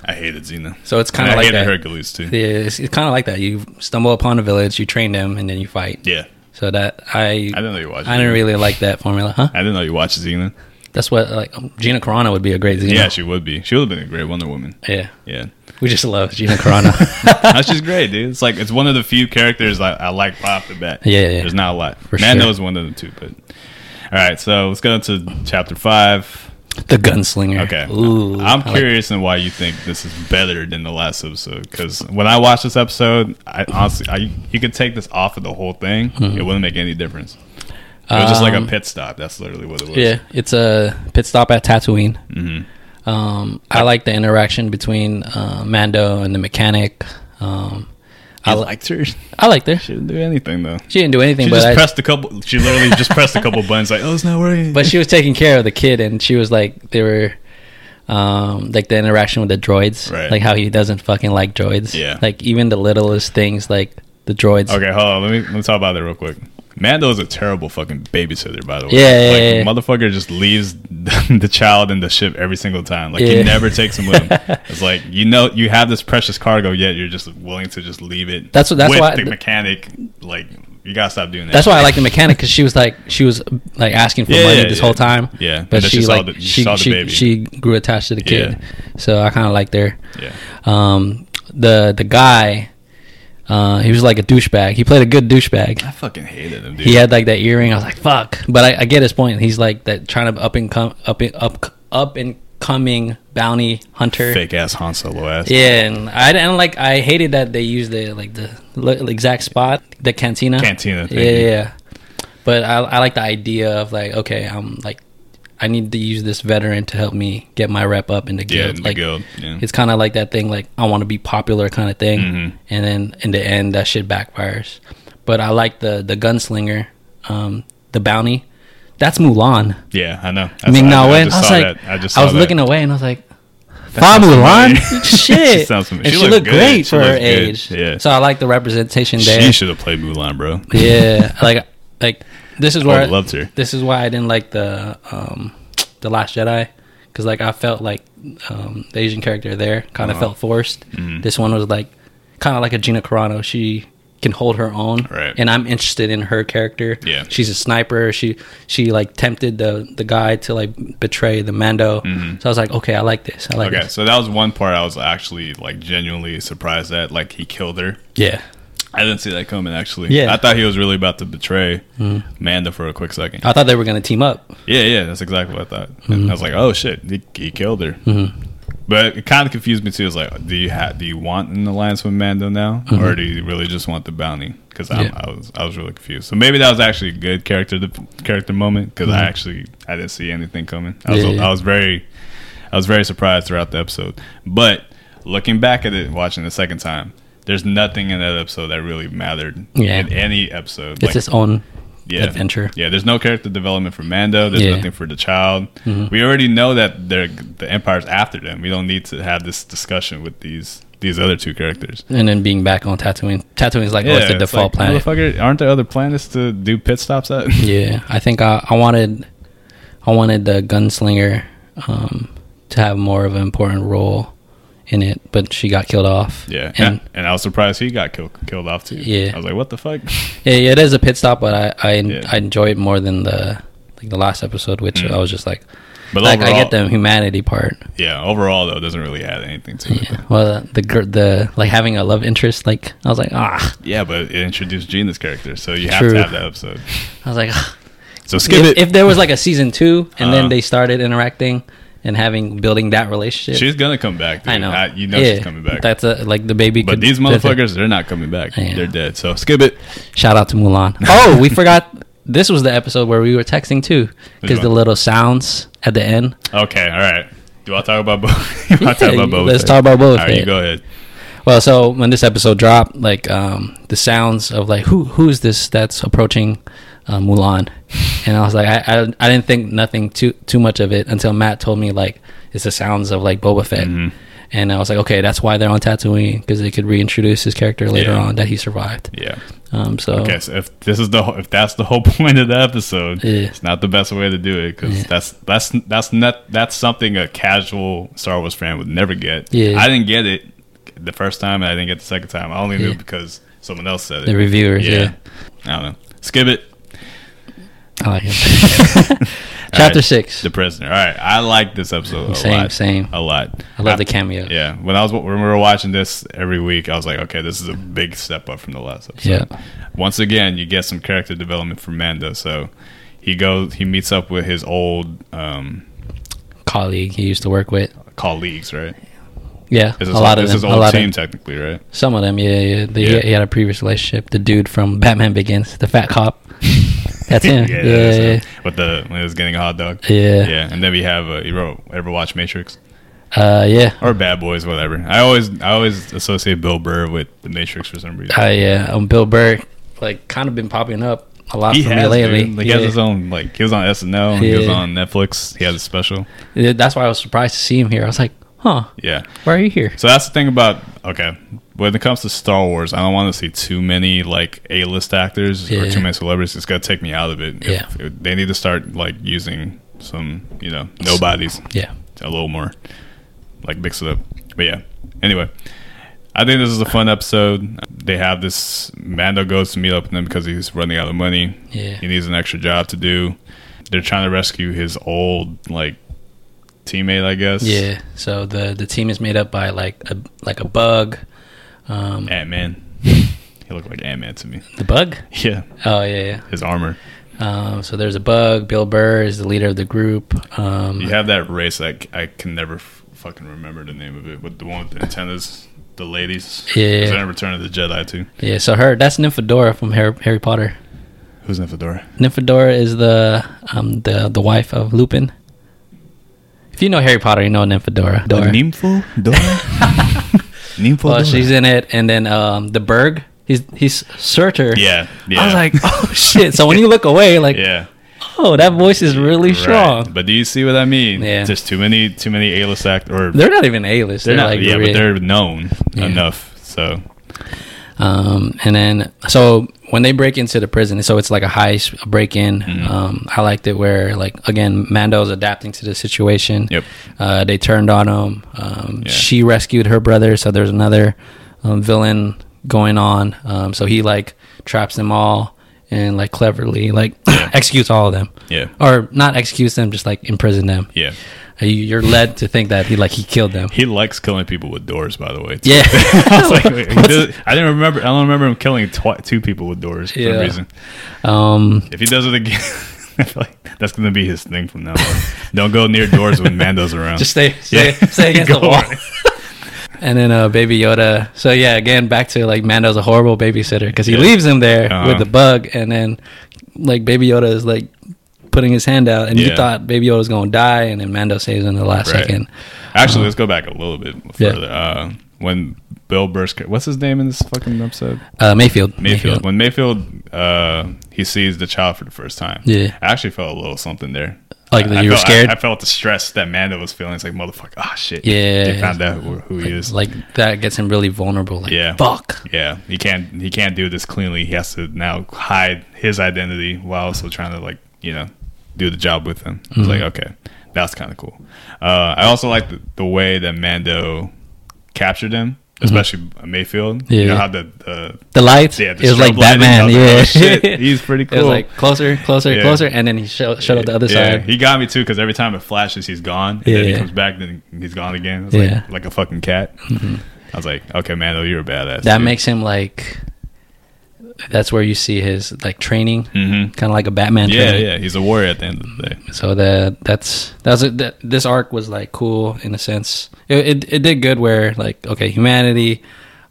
I hated Xena. So it's And kind of I like hated that. Hercules too. Yeah, it's, it's kind of like that. You stumble upon a village, you train them, and then you fight. Yeah, So that I I didn't know you watched. I didn't Xena. really like that formula, huh? I didn't know you watched Xena. That's what like um, Gina Carano would be a great Xena. Yeah, she would be. She would have been a great Wonder Woman. yeah. Yeah, We just love Gina Carano. no, she's great, dude. It's like it's one of the few characters I, I like right off the bat. Yeah, yeah, yeah. There's not a lot. For Mando sure. is one of them too, but all right. So let's go to chapter five. the gunslinger. Okay, I'm Ooh, I like- curious in why you think this is better than the last episode because when I watched this episode, I honestly, I, you could take this off of the whole thing. It Mm-hmm. wouldn't make any difference. It was just like a pit stop. That's literally what it was. Um, yeah, it's a pit stop at Tatooine. Mm-hmm. Um, I like the interaction between uh, Mando and the mechanic. Um, I, I li- liked her. She I liked her. didn't do anything though. She didn't do anything, She but just I, pressed a couple. She literally just pressed a couple buttons. Like, oh, it's not working. but she was taking care of the kid, and she was like they were. Um, like the interaction with the droids, Right. like how he doesn't fucking like droids. Yeah. like even the littlest things, like the droids. Okay, hold on. Let me let me talk about that real quick. Mando is a terrible fucking babysitter, by the way. Yeah, yeah, like, yeah. motherfucker just leaves the child in the ship every single time. Like he Yeah. never takes him with him. It's like you know you have this precious cargo, yet you're just willing to just leave it. That's what- that's with why- the mechanic. Like you gotta stop doing that. That's why I like the mechanic because she was like she was like asking for Yeah, money yeah, this yeah. whole time. Yeah, and but then she, she saw like the- she she saw the she, baby. she grew attached to the kid, so I kind of liked her. Yeah. Um, the the guy, uh, he was like a douchebag. He played a good douchebag. I fucking hated him, dude. He had like that earring. I was like, fuck. But I, I get his point. He's like that trying to up and come up and up up and coming bounty hunter. fake ass Han Solo ass. Yeah, and I didn't like. I hated that they used the like the li- exact spot, the cantina. Cantina. Yeah, Thank yeah, you. yeah. But I, I like the idea of like, okay, I'm like, I need to use this veteran to help me get my rep up in the Yeah, guild. in the like, guild, yeah. it's kind of like that thing, like I want to be popular kind of thing. Mm-hmm. And then in the end, that shit backfires. But I like the the gunslinger, um, the bounty. That's Mulan. Yeah, I know. I mean, now when I just was saw like, that. I just I, was saw that. looking away and I was like, Fa sounds Mulan, familiar. She shit. sounds familiar. and She she, looks looked good. great She for her looks good. age. Yeah. So I like the representation there. She should have played Mulan, bro. Yeah, like like this is where I loved her. This is why I didn't like the um the Last Jedi because like I felt like um the Asian character there kind Uh-huh. of felt forced. Mm-hmm. This one was like kind of like a Gina Carano. She can hold her own, Right. and I'm interested in her character. Yeah. she's a sniper. She she like tempted the the guy to like betray the Mando. So I was like, okay, I like this. I like Mm-hmm. Okay, this. so that was one part I was actually like genuinely surprised at. Like he killed her. Yeah, I didn't see that coming actually. Yeah. Hmm. I thought he was really about to betray Manda for a quick second. I thought they were gonna team up. Yeah, yeah, that's exactly what I thought. Mm-hmm. And I was like, oh shit, he, he killed her. But it kind of confused me too. It's like, do you ha- do you want an alliance with Mando now, or do you really just want the bounty? Because Mm-hmm. Yeah. I was I was really confused. So maybe that was actually a good character character moment because I actually I didn't see anything coming. I was Mm-hmm. Yeah, yeah. I was very I was very surprised throughout the episode. But looking back at it, watching the second time, there's nothing in that episode that really mattered Yeah. in any episode. It's its own yeah. adventure. Yeah, there's no character development for Mando. There's Yeah. Mm-hmm. nothing for the child. We already know that they're, the Empire's after them. We don't need to have this discussion with these these other two characters. And then being back on Tatooine, Tatooine's like oh, it's the it's like, default planet. Motherfucker, aren't there other planets to do pit stops at? Yeah, I think I, I wanted I wanted the gunslinger um, to have more of an important role in it, but she got killed off. yeah. and And, I was surprised he got killed killed off too. Yeah. I was like, what the fuck? yeah, yeah, it is a pit stop, but I I, Yeah. Mm. I enjoy it more than the like the last episode, which I was just like, But like I get the humanity part. Yeah, overall though, it doesn't really add anything to it. Yeah. Well, the gir- the like having a love interest, like I was like ah, Yeah, but it introduced Gene's character, so you have True. to have that episode. I was like ah. So skip if, it. if there was like a season two, and Uh-huh. then they started interacting and having building that relationship. she's gonna come back. Dude. I know. you know Yeah, she's coming back. That's a, like the baby. But could- these that's a- motherfuckers, they're not coming back. Yeah. They're dead. So skip it. Shout out to Mulan. Oh, we forgot. This was the episode where we were texting too, Which because one? the little sounds at the end. Okay, all right. Do I talk about both? you wanna talk Yeah, about both? let's talk about All both. right, you go ahead. Well, so when this episode dropped, like um, the sounds of like who who is this that's approaching uh, Mulan, and I was like, I, I I didn't think nothing too too much of it until Matt told me like it's the sounds of like Boba Fett, Mm-hmm. and I was like, okay, that's why they're on Tatooine because they could reintroduce his character later Yeah. on that he survived. Yeah. Um, so Okay. So if this is the whole- if that's the whole point of the episode, Yeah. it's not the best way to do it because that's that's that's not that's something a casual Star Wars fan would never get. Yeah. I didn't get it the first time, and I didn't get the second time. I only knew Yeah. because someone else said it. the reviewers, yeah. I don't know. Skip it. I like it. Oh, Chapter right. six. The prisoner. All right, I like this episode a Same, lot. same. a lot. I love the cameo. Yeah, when I was when we were watching this every week, I was like, okay, this is a big step up from the last episode. Yeah. Once again, you get some character development from Mando. So he goes, he meets up with his old um, Colleague he used to work with. colleagues, right? Yeah, a It's his old- lot of it's them. his A old lot team, of technically, right? some of them. Yeah, yeah. They, Yeah. He had a previous relationship. The dude from Batman Begins, the fat cop. That's him. yeah, that's yeah, him. yeah. With the when he was getting a hot dog. Yeah. Yeah, and then we have uh, you ever, ever watch Matrix Uh, yeah. or Bad Boys, whatever. I always I always associate Bill Burr with the Matrix for some reason. Uh, yeah. Um, Bill Burr, like, kind of been popping up a lot he for has me lately. dude. Like, yeah. he has his own like he was on SNL, he was Yeah. on Netflix, he has a special. Yeah, That's why I was surprised to see him here. I was like, huh, Yeah. why are you here? So that's the thing about okay. When it comes to Star Wars, I don't want to see too many like A list actors or Yeah. too many celebrities. It's gonna take me out of it. If- Yeah. if- they need to start like using some, you know, nobodies Yeah. a little more. Like mix it up. But yeah. Anyway. I think this is a fun episode. They have this Mando goes to meet up with them because he's running out of money. Yeah. He needs an extra job to do. They're trying to rescue his old like teammate, I guess. Yeah. So the the team is made up by like a like a bug. Um, Ant Man. He looked like Ant Man to me. the bug? Yeah, Oh yeah. his armor. yeah. Um, so there's a bug. Bill Burr is the leader of the group. Um, You have that race. I, I can never f- fucking remember the name of it. With the one with the antennas, the ladies. Yeah. Is that in Return of the Jedi too? Yeah. So her that's Nymphadora from Harry, Harry Potter. Who's Nymphadora? Nymphadora is the um the the wife of Lupin. If you know Harry Potter, you know Nymphadora. Dora. Nympho Dora. Nympho. Well, she's in it, and then um the Berg. He's he's Surtur. yeah, yeah. I was like, oh shit! So when you look away, like, yeah, oh, that voice is really right. strong. But do you see what I mean? Yeah. Just too many, too many A-list act or They're not even A list. they're not. yeah, really- but they're known Yeah. enough. So Um, and then so when they break into the prison, so it's like a heist, a break in. Mm-hmm. Um, I liked it where like again, Mando's adapting to the situation. Yep. Uh, they turned on him. Um, Yeah. She rescued her brother, so there's another um, villain going on. Um, so he like traps them all and like cleverly like executes all of them, yeah, or not executes them, just like imprison them. yeah. Uh, you- You're led to think that he like he killed them. He likes killing people with doors, by the way. too. Yeah. I was like, wait, he does- I didn't remember. I don't remember him killing twi- two people with doors for some Yeah. reason. um, If he does it again, I feel like that's going to be his thing from now on. Don't go near doors when Mando's around. Just stay, stay, stay against the Go wall. away. and then uh, Baby Yoda. So yeah, again back to like Mando's a horrible babysitter because he Yeah. leaves him there Uh-huh. with the bug, and then like Baby Yoda is like putting his hand out, and Yeah. you thought Baby Yoda's gonna die, and then Mando saves him in the last Right. second. Actually, let's go back a little bit Yeah. further. Uh, when Bill Burr's ca- what's his name in this fucking episode? Uh, Mayfield. Mayfield. When Mayfield, uh, he sees the child for the first time. Yeah. I actually felt a little something there. Like I that you were felt- I- scared. I, felt the stress that Mando was feeling. It's like motherfucker. Ah, shit. Yeah. They found out who, who he is. like that gets him really vulnerable. Like Yeah. fuck. Yeah, he can't he can't do this cleanly. He has to now hide his identity while also trying to like you know do the job with him. I was Mm-hmm. like, okay, that's kind of cool. Uh, I also like the, the way that Mando captured him, especially Mayfield. You know Mm-hmm. Yeah. how the, the The lights. yeah, the it was like strobe lighting, I Batman. was like, Yeah. oh, shit, he's pretty It cool. was like closer, closer, Yeah. closer, and then he showed, showed up the other yeah, side. He got me too because every time it flashes, he's gone. And Yeah, then he yeah. comes back, then he's gone again. It was Yeah. Mm-hmm. like, like a fucking cat. I was like, okay, Mando, you're a badass. that makes him like that's where you see his like training hmm kind of like a batman Yeah, training yeah, he's a warrior at the end of the day. so that that's that's it that, this arc was like cool in a sense it, it, it did good where like okay humanity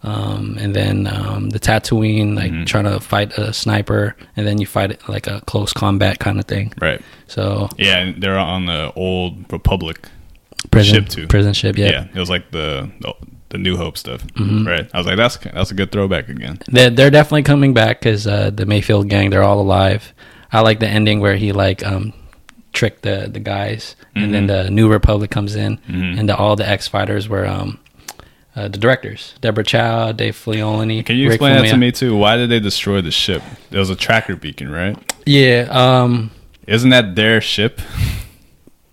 um and then um the tatooine like Mm-hmm. trying to fight a sniper and then you fight like a close combat kind of thing Right. so Yeah, and they're on the old Republic. prison Ship too. prison ship Yeah, yeah, Mm-hmm. it was like the the, the New Hope stuff, right? I was like, that's that's a good throwback again. They're, they're definitely coming back because uh, the Mayfield gang, they're all alive. I like the ending where he like um, tricked the the guys, and then Mm-hmm. the New Republic comes in, and the, all the ex fighters were um, uh, the directors: Deborah Chow, Dave Filoni. Can you Rick explain that to Famuyiwa. me too? Why did they destroy the ship? There was a tracker beacon, right? Yeah. Um, Isn't that their ship?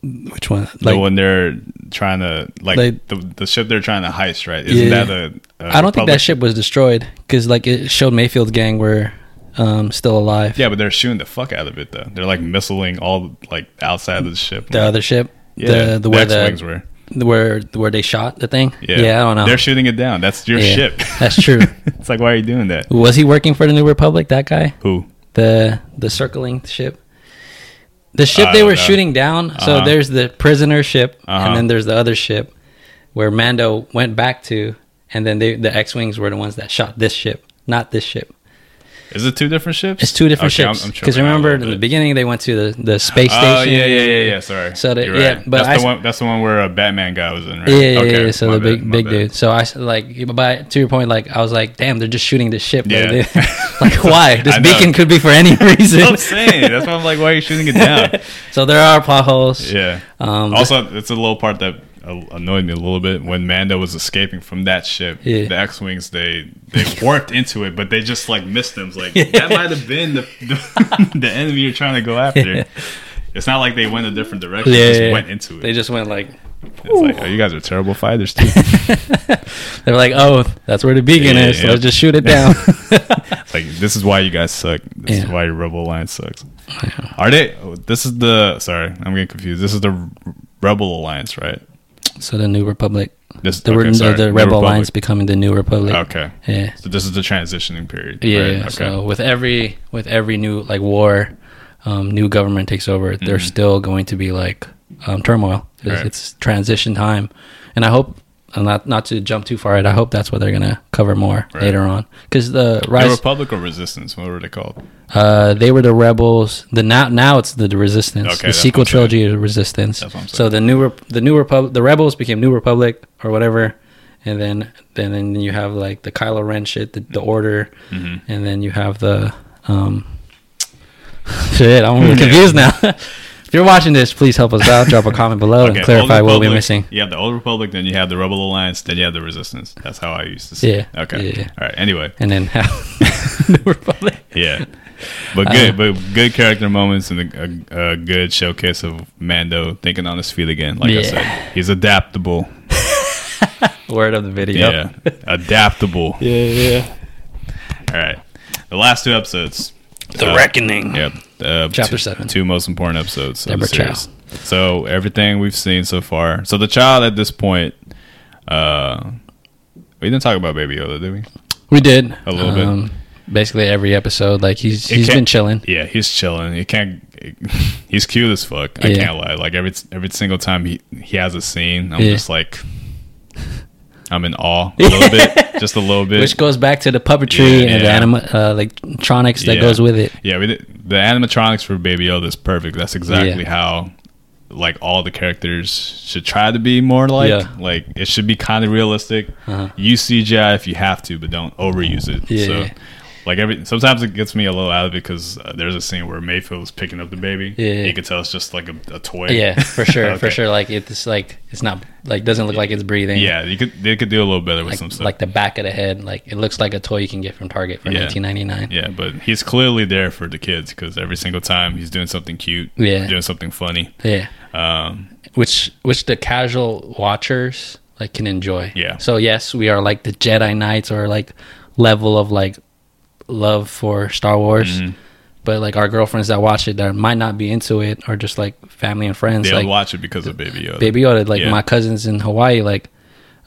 which one? Like, Like, the one they're trying to like Like- the the ship they're trying to heist, right? Isn't Yeah. that a? a I don't uh, Republic- think that ship was destroyed because like it showed Mayfield's gang were um, still alive. Yeah, but they're shooting the fuck out of it though. They're like missiling all like outside of the ship. The other ship, yeah, the, the where X-wings the were. where where they shot the thing. Yeah. I don't know. They're shooting it down. That's your Yeah, ship. that's true. it's like why are you doing that? Was he working for the New Republic? That guy, Who? the the circling ship, the ship I they don't were know. shooting down. So Uh-huh. there's the prisoner ship, Uh-huh. and then there's the other ship where Mando went back to, and then they, the X wings were the ones that shot this ship, not this ship. Is it two different ships? It's two different Okay, I'm- ships. I'm Because tripping out a remember, in little the bit. beginning, they went to the, the space station. Oh yeah, yeah, yeah, yeah. Sorry. So the- You're yeah, but that's I s- the one. That's the one where a Batman guy was in, right? Yeah, yeah, Okay, yeah. So my the bad, big, my big bad. dude. So I s- like, but to your point, like I was like, damn, they're just shooting this ship. Yeah. Like, they- like why? This I know. beacon could be for any reason. That's what I'm saying. That's why I'm like, why are you shooting it down? so there are plot holes. Yeah. Um, also, it's a little part that uh, annoyed me a little bit when Mando was escaping from that ship. Yeah. The X wings they they warped into it, but they just like missed them. It's like that might have been the the, the enemy you're trying to go after. It's not like they went a different direction; Yeah, they just yeah, yeah. went into it. They just went like it's like, oh, you guys are terrible fighters too. they're like, oh, that's where the beacon Yeah, is. yeah. Let's just shoot it down. It's like this is why you guys suck. This is Yeah. why your Rebel Alliance sucks. Are they? oh, This is the. Sorry, I'm getting confused. This is the Rebel Alliance, right? so the New Republic, This the, okay, the- sorry, New the Rebel Republic. Alliance becoming the New Republic. Okay, Yeah. so this is the transitioning period. Yeah, right? yeah. Okay. So with every with every new like war, um, new government takes over, there's still going to be like um, turmoil. It's, Mm-hmm. Right. it's transition time, and I hope uh, not not to jump too far. ahead, I hope that's what they're gonna cover more Right. later on because the The rise Republic or Resistance? What were they called? uh, they were the rebels. The now now it's the, the resistance. Okay, the that's sequel what I'm saying. trilogy is resistance. That's what I'm So the new Rep- the new republic the rebels became new republic or whatever, and then then then you have like the Kylo Ren shit, the, the order, Mm-hmm. and then you have the um shit. I'm really confused now. if you're watching this, please help us out. Drop a comment below Okay, and clarify Old what we're Republic- missing. You have the Old Republic, then you have the Rebel Alliance, then you have the Resistance. That's how I used to see. it. Yeah, Okay. yeah, yeah. All right. Anyway. And then have new republic. Yeah. Uh, But good, but good character moments and a, a, a good showcase of Mando thinking on his feet again. Like I Yeah. said, he's adaptable. Word of the video. Yeah, adaptable. yeah, yeah. All right, the last two episodes. The Uh, reckoning. Yep. Uh, Chapter two- seven. Two most important episodes of Deborah the series. So everything we've seen so far. So the child at this point. Uh, we didn't talk about Baby Yoda, did we? We did A little bit. bit. Basically every episode, like he's It he's can't- been chilling. Yeah, he's chilling. He can't. he's cute as fuck. I Yeah. can't lie. Like every every single time he he has a scene, I'm Yeah. just like, I'm in awe a little bit, just a little bit. Which goes back to the puppetry Yeah, and the yeah. anima- uh, like tronics that Yeah. goes with it. Yeah, we did, the animatronics for Baby Yoda is perfect. That's exactly how like all the characters should try to be more like. Yeah. Like it should be kind of realistic. Uh-huh. Use CGI if you have to, but don't overuse it. Yeah, So yeah. like every sometimes it gets me a little out of it because uh, there's a scene where Mayfield was picking up the baby. Yeah, yeah. you could tell it's just like a, a toy. Yeah, for sure, for Okay. sure. Like it's like it's not like doesn't look like it's breathing. Yeah, you could they could do a little better with like, some stuff. like the back of the head, like it looks like a toy you can get from Target for Yeah. 19.99. yeah, but he's clearly there for the kids because every single time he's doing something cute, Yeah. doing something funny. Yeah. Um, which which the casual watchers like can enjoy. Yeah. So yes, we are like the Jedi Knights or like level of like love for Star Wars. Mm-hmm. But like our girlfriends that watch it that might not be into it or just like family and friends. They'll like watch it because of Baby Yoda. Baby Yoda. Like Yeah. my cousins in Hawaii, like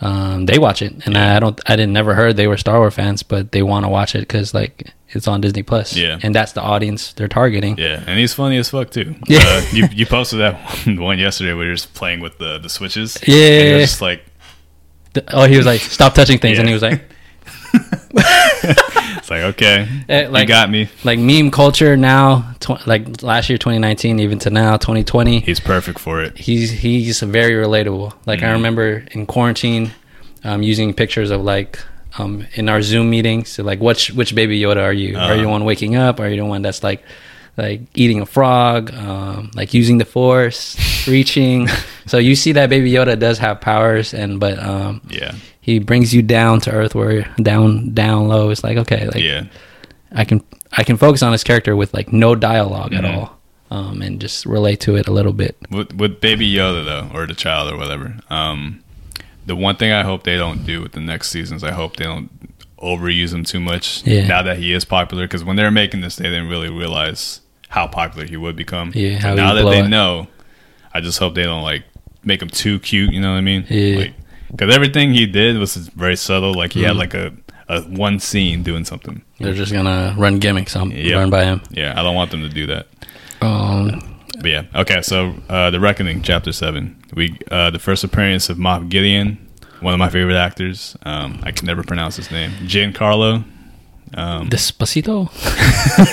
um, they watch it, and I, I don't, I didn't never heard they were Star Wars fans, but they want to watch it because like it's on Disney Plus, Yeah. and that's the audience they're targeting. Yeah, and he's funny as fuck too. Yeah. Uh, you you posted that one, one yesterday where you're just playing with the the switches. Yeah. and you're just like Th- Oh, he was like, "Stop touching things," Yeah. and he was like, it's like okay, Eh, like- you got me. like meme culture now, tw- like last year, 2019, even to now, 2020. He's perfect for it. he's he's very relatable. Like I remember in quarantine, um, using pictures of like um, in our Zoom meetings, so like which which baby Yoda are you? Are you the Uh-huh. one waking up? Are you the one that's like like eating a frog? Um, like using the force, reaching. so you see that baby Yoda does have powers, and but um, Yeah, he brings you down to earth, where down down low. It's like okay, like yeah, I can I can focus on his character with like no dialog at Mhm. all, um, and just relate to it a little bit. with, with Baby Yoda though, or the child or whatever. Um, the one thing I hope they don't do with the next seasons, I hope they don't overuse him too much Yeah. now that he is popular. Because when they were making this, they didn't really realize how popular he would become. Yeah, how But he now would that blow they up. know, I just hope they don't like make him too cute. You know what I mean? Yeah. Mm-hmm. because everything he did was very subtle. Like he had like a, a one scene doing something. They're just gonna run gimmicks. I'm Yeah. run by him. Yeah, I don't want them to do that. Um, But yeah, okay. So uh, the Reckoning, Chapter Seven. We uh, the first appearance of Moff Gideon, one of my favorite actors. Um, I can never pronounce his name. Giancarlo. Um, Despacito.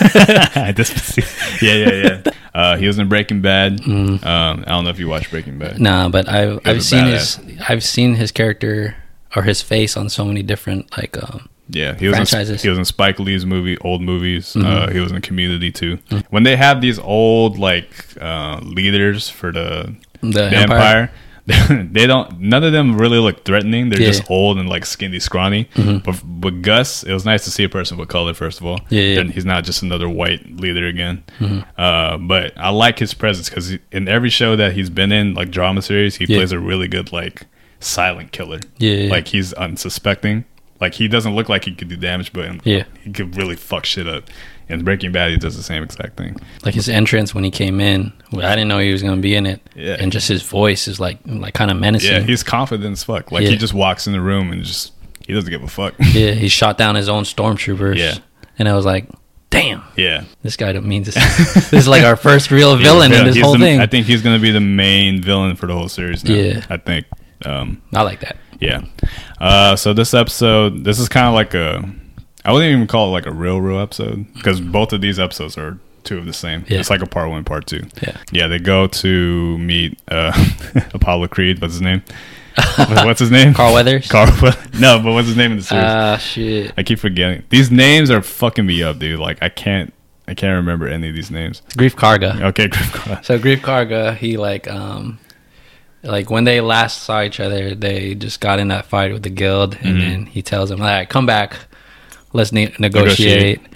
Despacito. yeah, yeah, yeah. Uh, he was in Breaking Bad. Um, I don't know if you watched Breaking Bad. Nah, but I've I've a seen his I've seen his character or his face on so many different like um, Yeah, he was. In, Franchises. he was in Spike Lee's movie, old movies. Uh, he was in Community too. When they have these old like uh, leaders for the the, the Empire. Empire. they don't. None of them really look threatening. They're Yeah. Mm-hmm. just old and like skinny, scrawny. But but Gus, it was nice to see a person with color first of all. Yeah, yeah. Mm-hmm. And he's not just another white leader again. Uh, but I like his presence because in every show that he's been in, like drama series, he Yeah. plays a really good like silent killer. Yeah, yeah, yeah. Like he's unsuspecting. Like he doesn't look like he could do damage, but Yeah. he could really fuck shit up. And Breaking Bad, he does the same exact thing. Like his entrance when he came in, well, I didn't know he was gonna be in it. Yeah. And just his voice is like like kind of menacing. Yeah, he's confident as fuck. Like Yeah. he just walks in the room and just he doesn't give a fuck. Yeah, he shot down his own stormtroopers. Yeah. And I was like, damn, yeah. this guy don't mean this. this is like our first real villain in Yeah, this he's whole the- thing. I think he's going to be the main villain for the whole series. Now, Yeah. I think. Um, I like that. yeah. Uh, so this episode, this is kind of like a, I wouldn't even call it like a real, real episode because both of these episodes are two of the same. Yeah. It's like a part one, part two. Yeah. Yeah, they go to meet uh, Apollo Creed. What's his name? what's his name? Carl Weathers. Carl. We- No, but what's his name in the series? Ah, shit. I keep forgetting. These names are fucking me up, dude. Like I can't, I can't remember any of these names. Grief Karga. Okay, Griff Carr. So Grief Karga, he like um like when they last saw each other, they just got in that fight with the guild, Mm-hmm. and then he tells him, "All right, come back, let's ne- negotiate."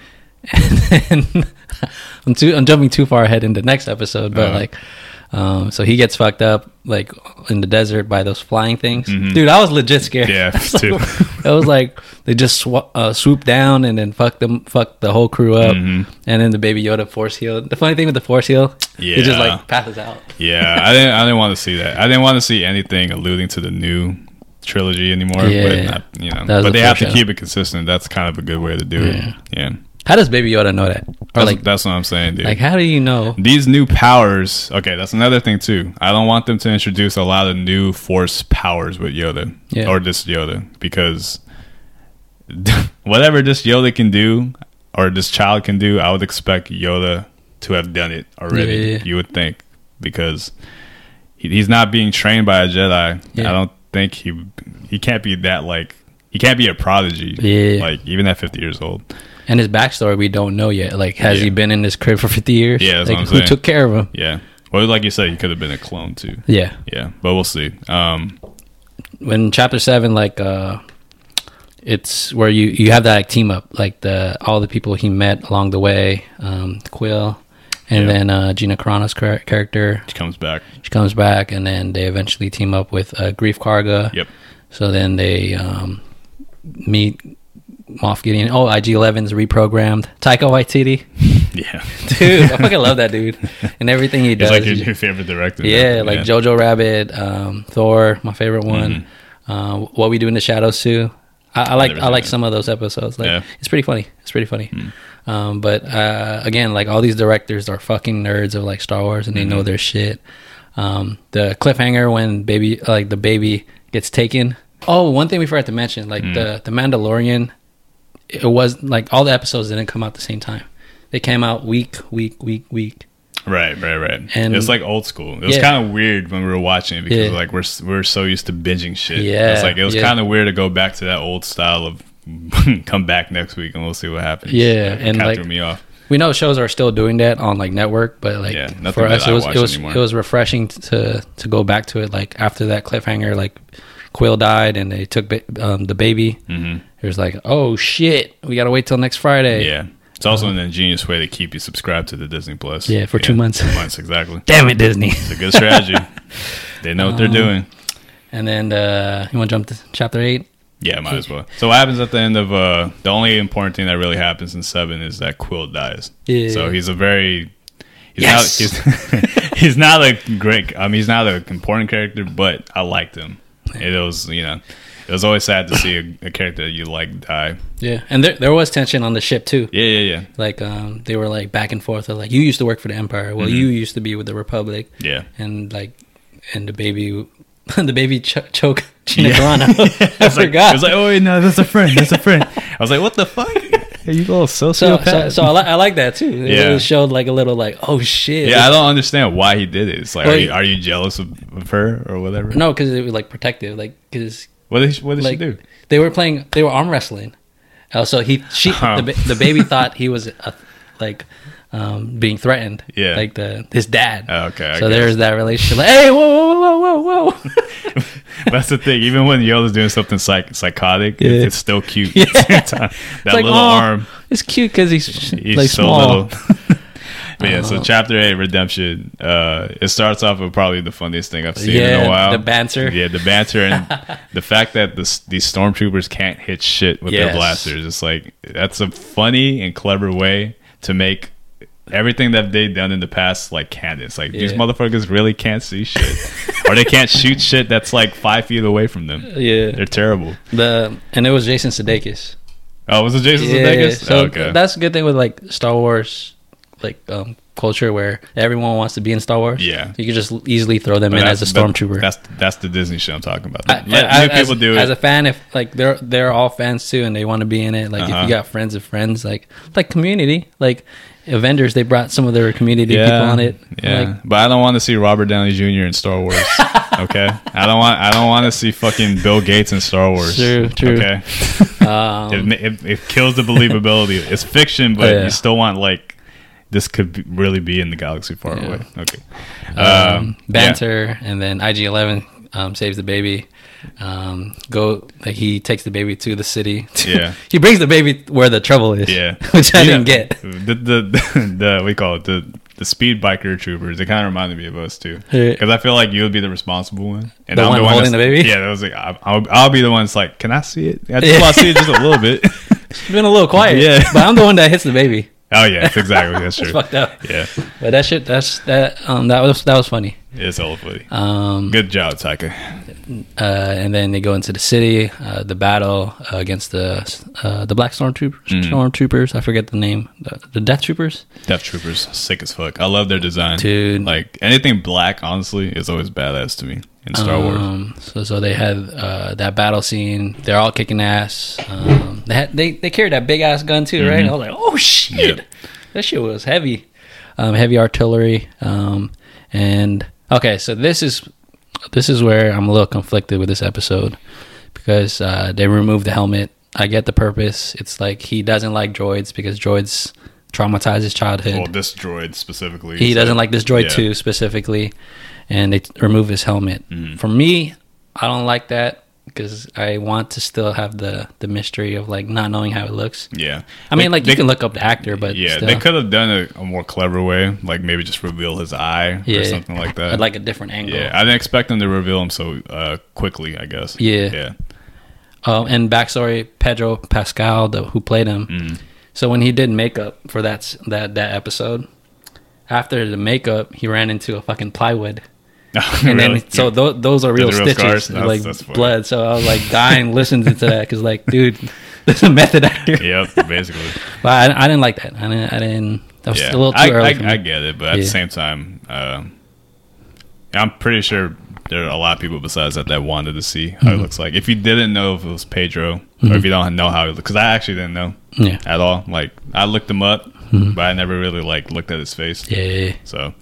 And then I'm too I'm jumping too far ahead in the next episode, but Uh-huh. like. Um, so he gets fucked up like in the desert by those flying things, dude. I was legit scared. Mm-hmm. Yeah, I was too. like, I was like they just swa- uh, swooped down and then fucked them, fucked the whole crew up, Mm-hmm. and then the baby Yoda force healed. The funny thing with the force heal, he just Yeah. like passes out. Yeah, I didn't. I didn't want to see that. I didn't want to see anything alluding to the new trilogy anymore. Yeah. but not, you know, That was but a they have to foreshadow. keep it consistent. That's kind of a good way to do it. Yeah, How does Baby Yoda know that? Or that's, like, that's what I'm saying, dude. like how do you know? These new powers. Okay, that's another thing too. I don't want them to introduce a lot of new Force powers with Yoda Yeah. or this Yoda because whatever this Yoda can do or this child can do, I would expect Yoda to have done it already. Yeah, yeah, yeah. You would think because he, he's not being trained by a Jedi. Yeah. I don't think he he can't be that like he can't be a prodigy. Yeah. like even at 50 years old. And his backstory we don't know yet. Like, has Yeah. he been in this crib for fifty years? Yeah, that's like what I'm who saying. took care of him? Yeah. Well, like you said, he could have been a clone too. Yeah. Yeah, but we'll see. Um, When chapter seven, like, uh, it's where you you have that like, team up, like the all the people he met along the way, um, Quill, and Yeah. then uh, Gina Carano's char- character. he comes back. She comes back, and then they eventually team up with uh, Grief Karga. Yep. So then they um, meet Moff Gideon. Oh, IG 11's reprogrammed. Taika Waititi. Yeah, he's Dude, I fucking love that dude. And everything he does. like your new favorite director. yeah, like Jojo Rabbit, um, Thor, my favorite one. Uh, what We Do in the Shadows, too. I, I like Mm-hmm. never I seen like that. some of those episodes. Like Yeah. Mm. it's pretty funny. It's pretty funny. Um, but uh, again, like all these directors are fucking nerds of like Star Wars and they Mm-hmm. know their shit. Um, the cliffhanger when baby like the baby gets taken. Oh, one thing we forgot to mention, Mm. like the the Mandalorian, it was like all the episodes didn't come out at the same time. They came out week, week, week, week. Right, right, right. And- it's like old school. It was Yeah. kind of weird when we were watching it because Yeah. like we're s- we're so used to binging shit. Yeah, it's like it was yeah. kind of weird to go back to that old style of come back next week and we'll see what happens. Yeah, and, kind like- threw me off. We know shows are still doing that on like network, but like Yeah, nothing for that us, I it was watch it was anymore. it was refreshing t- to to go back to it. Like after that cliffhanger, like Quill died and they took ba- um, the baby. Mm-hmm. It was like, oh shit, we gotta wait till next Friday. Yeah, it's also an ingenious way to keep you subscribed to the Disney Plus. Yeah, for two months. Two months exactly. Damn it, Disney. It's a good Um, strategy. they know what they're doing. and then uh, you want to jump to chapter eight? Yeah, might as well. So what happens at the end of uh the only important thing that really happens in seven is that Quill dies. Yeah. So he's a very he's not Yes. he's, he's not a great I mean he's not an important character, but I liked him. It was you know it was always sad to see a, a character that you like die. Yeah, and there there was tension on the ship too. Yeah, yeah, yeah. Like um, they were like back and forth. Of, like you used to work for the Empire. Mm-hmm. Well, you used to be with the Republic, Yeah. and like and the baby, the baby ch- choke Chinagrana. I It's like- forgot. It was like, oh wait, no, that's a friend. That's a friend. I was like, what the fuck? Are you little so, sociopath? so, so I, li- I like that too. It Yeah. really showed like a little like oh shit. yeah, I don't understand why he did it. It's like, Well, are, you, he- are you jealous of, of her or whatever? no, because it was like protective. Like because What did, she, what did like she do? they were playing, they were arm wrestling. Uh, so he she Huh. the, ba- the baby thought he was uh, like um, being threatened. Yeah. like the his dad. Oh, okay, I so guess. there's that relationship. Like, hey, whoa, whoa, whoa, whoa, whoa. That's the thing. Even when Yola's doing something psych- psychotic, it- Yeah. it's still cute. Yeah. that little "Aw, arm. oh, It's cute because he's, He's like so small. Uh-huh. little. but yeah, so chapter eight, redemption. Uh, it starts off with probably the funniest thing I've seen in Yeah, a while. the banter. Yeah, the banter and the fact that this, these stormtroopers can't hit shit with their Yes. blasters. It's like that's a funny and clever way to make everything that they've done in the past like canon. It's like these Yeah. motherfuckers really can't see shit, or they can't shoot shit that's like five feet away from them. Yeah, They're terrible. the and it was Jason Sudeikis. Oh, was it Jason Yeah, yeah. Sudeikis? So okay. that's a good thing with like Star Wars, like um, culture where everyone wants to be in Star Wars. Yeah. you could just easily throw them But in that's- as a but stormtrooper. That's that's the Disney show I'm talking about. I- Let I- new as, people do as a it. fan if like they're they're all fans too and they want to be in it like if Uh-huh. you got friends of friends like like community like avengers they brought some of their community people on it Yeah, like, but I don't want to see Robert Downey Jr. in Star Wars. okay, I don't want I don't want to see fucking Bill Gates in Star Wars. True, true. Okay, um, it, ma- it, it kills the believability. It's fiction, but Oh, yeah. you still want like this could be, really be in the galaxy far Yeah. away. Okay, um, Um, yeah. banter and then ig11 um, saves the baby um, go like he takes the baby to the city Yeah. he brings the baby where the trouble is Yeah, which i You didn't know, get The the the, we call it the the speed biker troopers. They kind of reminded me of us too, Yeah. because I feel like you would be the responsible one, and The one holding that's- the baby? Yeah, that was like I- I'll, I'll be the one that's like, can I see it? I just want to see it just a little bit. it's been a little quiet Yeah. but i'm the one that hits the baby oh yeah, that's exactly. That's true. fucked up Yeah, but that shit that's that um that was that was funny it's all funny. um Good job, Taka. uh, and then they go into the city, uh, the battle uh, against the uh, the black stormtroopers. Mm. Stormtroopers, I forget the name, the, the Death Troopers. Death troopers, sick as fuck. I love their design, Dude. Like anything black, honestly, is always badass to me in Star Wars. Um, so, so they had uh, that battle scene. They're all kicking ass. Um, they, had, they they carried that big ass gun too, Mm-hmm. right? I was like, oh shit, Yep. that shit was heavy, um, heavy artillery. Um, and okay, so this is this is where I'm a little conflicted with this episode because uh, they removed the helmet. I get the purpose. It's like he doesn't like droids because droids traumatize his childhood Well, this droid specifically. he so- doesn't like this droid Yeah. too specifically, and they t- remove his helmet. Mm-hmm. For me, I don't like that because I want to still have the the mystery of like not knowing how it looks. Yeah, I mean, They- like you they- can look up the actor, but yeah, still, they could have done it a more clever way, like maybe just reveal his eye Yeah. or something like that. I'd like a different angle. yeah, I didn't expect them to reveal him so uh, quickly. I guess. Yeah. yeah, Um, and backstory: Pedro Pascal, the, who played him. Mm-hmm. Mm. So when he did makeup for that s- that that episode, after the makeup, he ran into a fucking plywood. and Really? then so tho- those are real, Those are real stitches, scars? That's- like that's funny. blood. So I was like dying listening to that because like, dude, this is a method actor. Yeah. yep, basically. But I, I didn't like that. I didn't. I didn't. That was Yeah, a little too I, early. I, for me. I get it, but at Yeah. the same time, um I'm pretty sure there are a lot of people besides that that wanted to see how Mm-hmm. it looks like. If you didn't know if it was Pedro, or if you don't know how it looks, because I actually didn't know yeah. at all. Like I looked him up, Mm-hmm. but I never really like looked at his face. yeah, yeah, yeah. So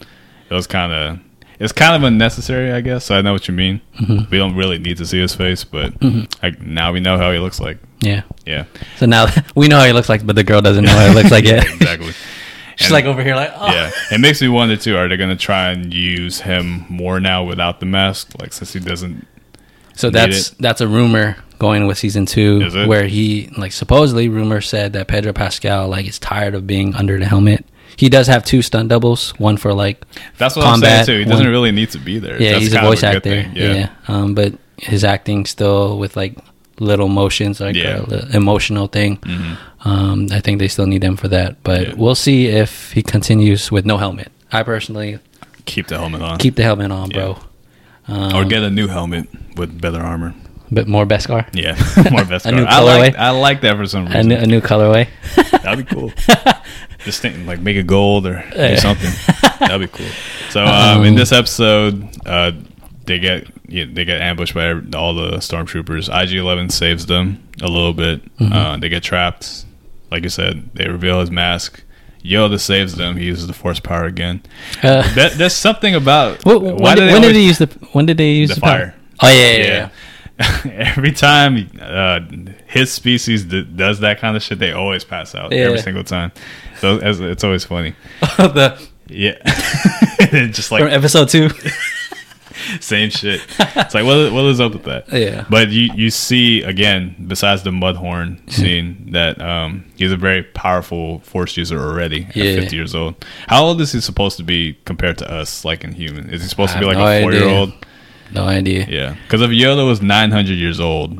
it was kind of it's kind of unnecessary, I guess. I know what you mean. Mm-hmm. We don't really need to see his face, but like now we know how he looks like. yeah. Yeah, So now we know how he looks like, but the girl doesn't know how he looks like yet. exactly. She's And- like over here, like, oh. yeah, it makes me wonder too. Are they going to try and use him more now without the mask? Like since he doesn't. So Need that's that's a rumor going with season two, Is it? where he like supposedly rumor said that Pedro Pascal like is tired of being under the helmet. He does have two stunt doubles, one for like That's what I'm Combat saying too. He doesn't one- really need to be there. yeah, That's he's a kind of voice good thing. actor. Yeah. Um, but his acting still with like little motions, like Yeah. Mm-hmm. a li- emotional thing. Um, I think they still need him for that, but Yeah. we'll see if he continues with no helmet. I personally Keep the helmet on, keep the helmet on, bro. or get a new helmet with better armor. But more Beskar, Yeah, more best. A card. new I like colorway? I like that for some a reason. new, a new colorway. That'd be cool. Just think, like make it gold or do Yeah. something. That'd be cool. So um, in this episode, uh, they get yeah, they get ambushed by every- all the stormtroopers. IG Eleven saves them a little bit. Mm-hmm. Uh, they get trapped. Like you said, they reveal his mask. Yoda saves them. He uses the Force power again. Uh, That, there's something about Wh- when, why did, do they when did always- they use the when did they use The the, power? fire. Oh yeah, yeah, yeah. yeah. every time uh, his species d- does that kind of shit, they always pass out every Yeah. single time. So as, it's always funny. yeah. the Yeah, just like from episode two. same shit. It's like what is, what is up with that? Yeah. But you you see again besides the mudhorn scene that um he's a very powerful force user already at Yeah. 50 years old. How old is he supposed to be compared to us like in human? Is he supposed to I be have like no a 4 year idea. old? no idea. Yeah. Cuz if Yoda was 900 years old.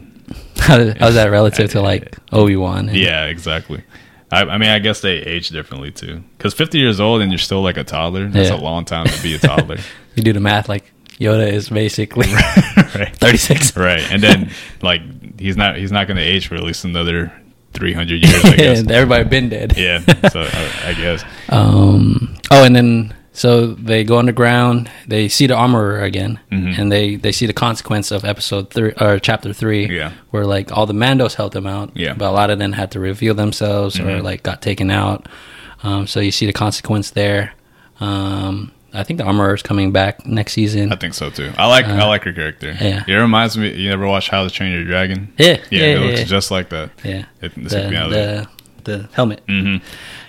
How does- How's that relative to like Obi Wan? Yeah, exactly. I, I mean, I guess they age differently too. Because 50 years old and you're still like a toddler, that's Yeah. a long time to be a toddler. You do the math, like Yoda is basically right. thirty six. Right, and then like he's not he's not going to age for at least another three hundred years. I guess. and everybody been dead. yeah, so I, I guess Um. Oh, and then so they go underground. They see the armorer again, Mm-hmm. and they they see the consequence of episode three or chapter three. Yeah. Where like all the Mandos helped them out. Yeah. Mm-hmm. But a lot of them had to reveal themselves or like got taken out. Um. So you see the consequence there. Um. I think the armorer is coming back next season. I think so too. I like I like her character. Uh, yeah. it reminds me. You ever watch How to Train Your Dragon? Yeah, yeah, yeah, it yeah, looks yeah. just like that. yeah. It, The, this would be out of there. the the helmet. Mm-hmm. Uh, and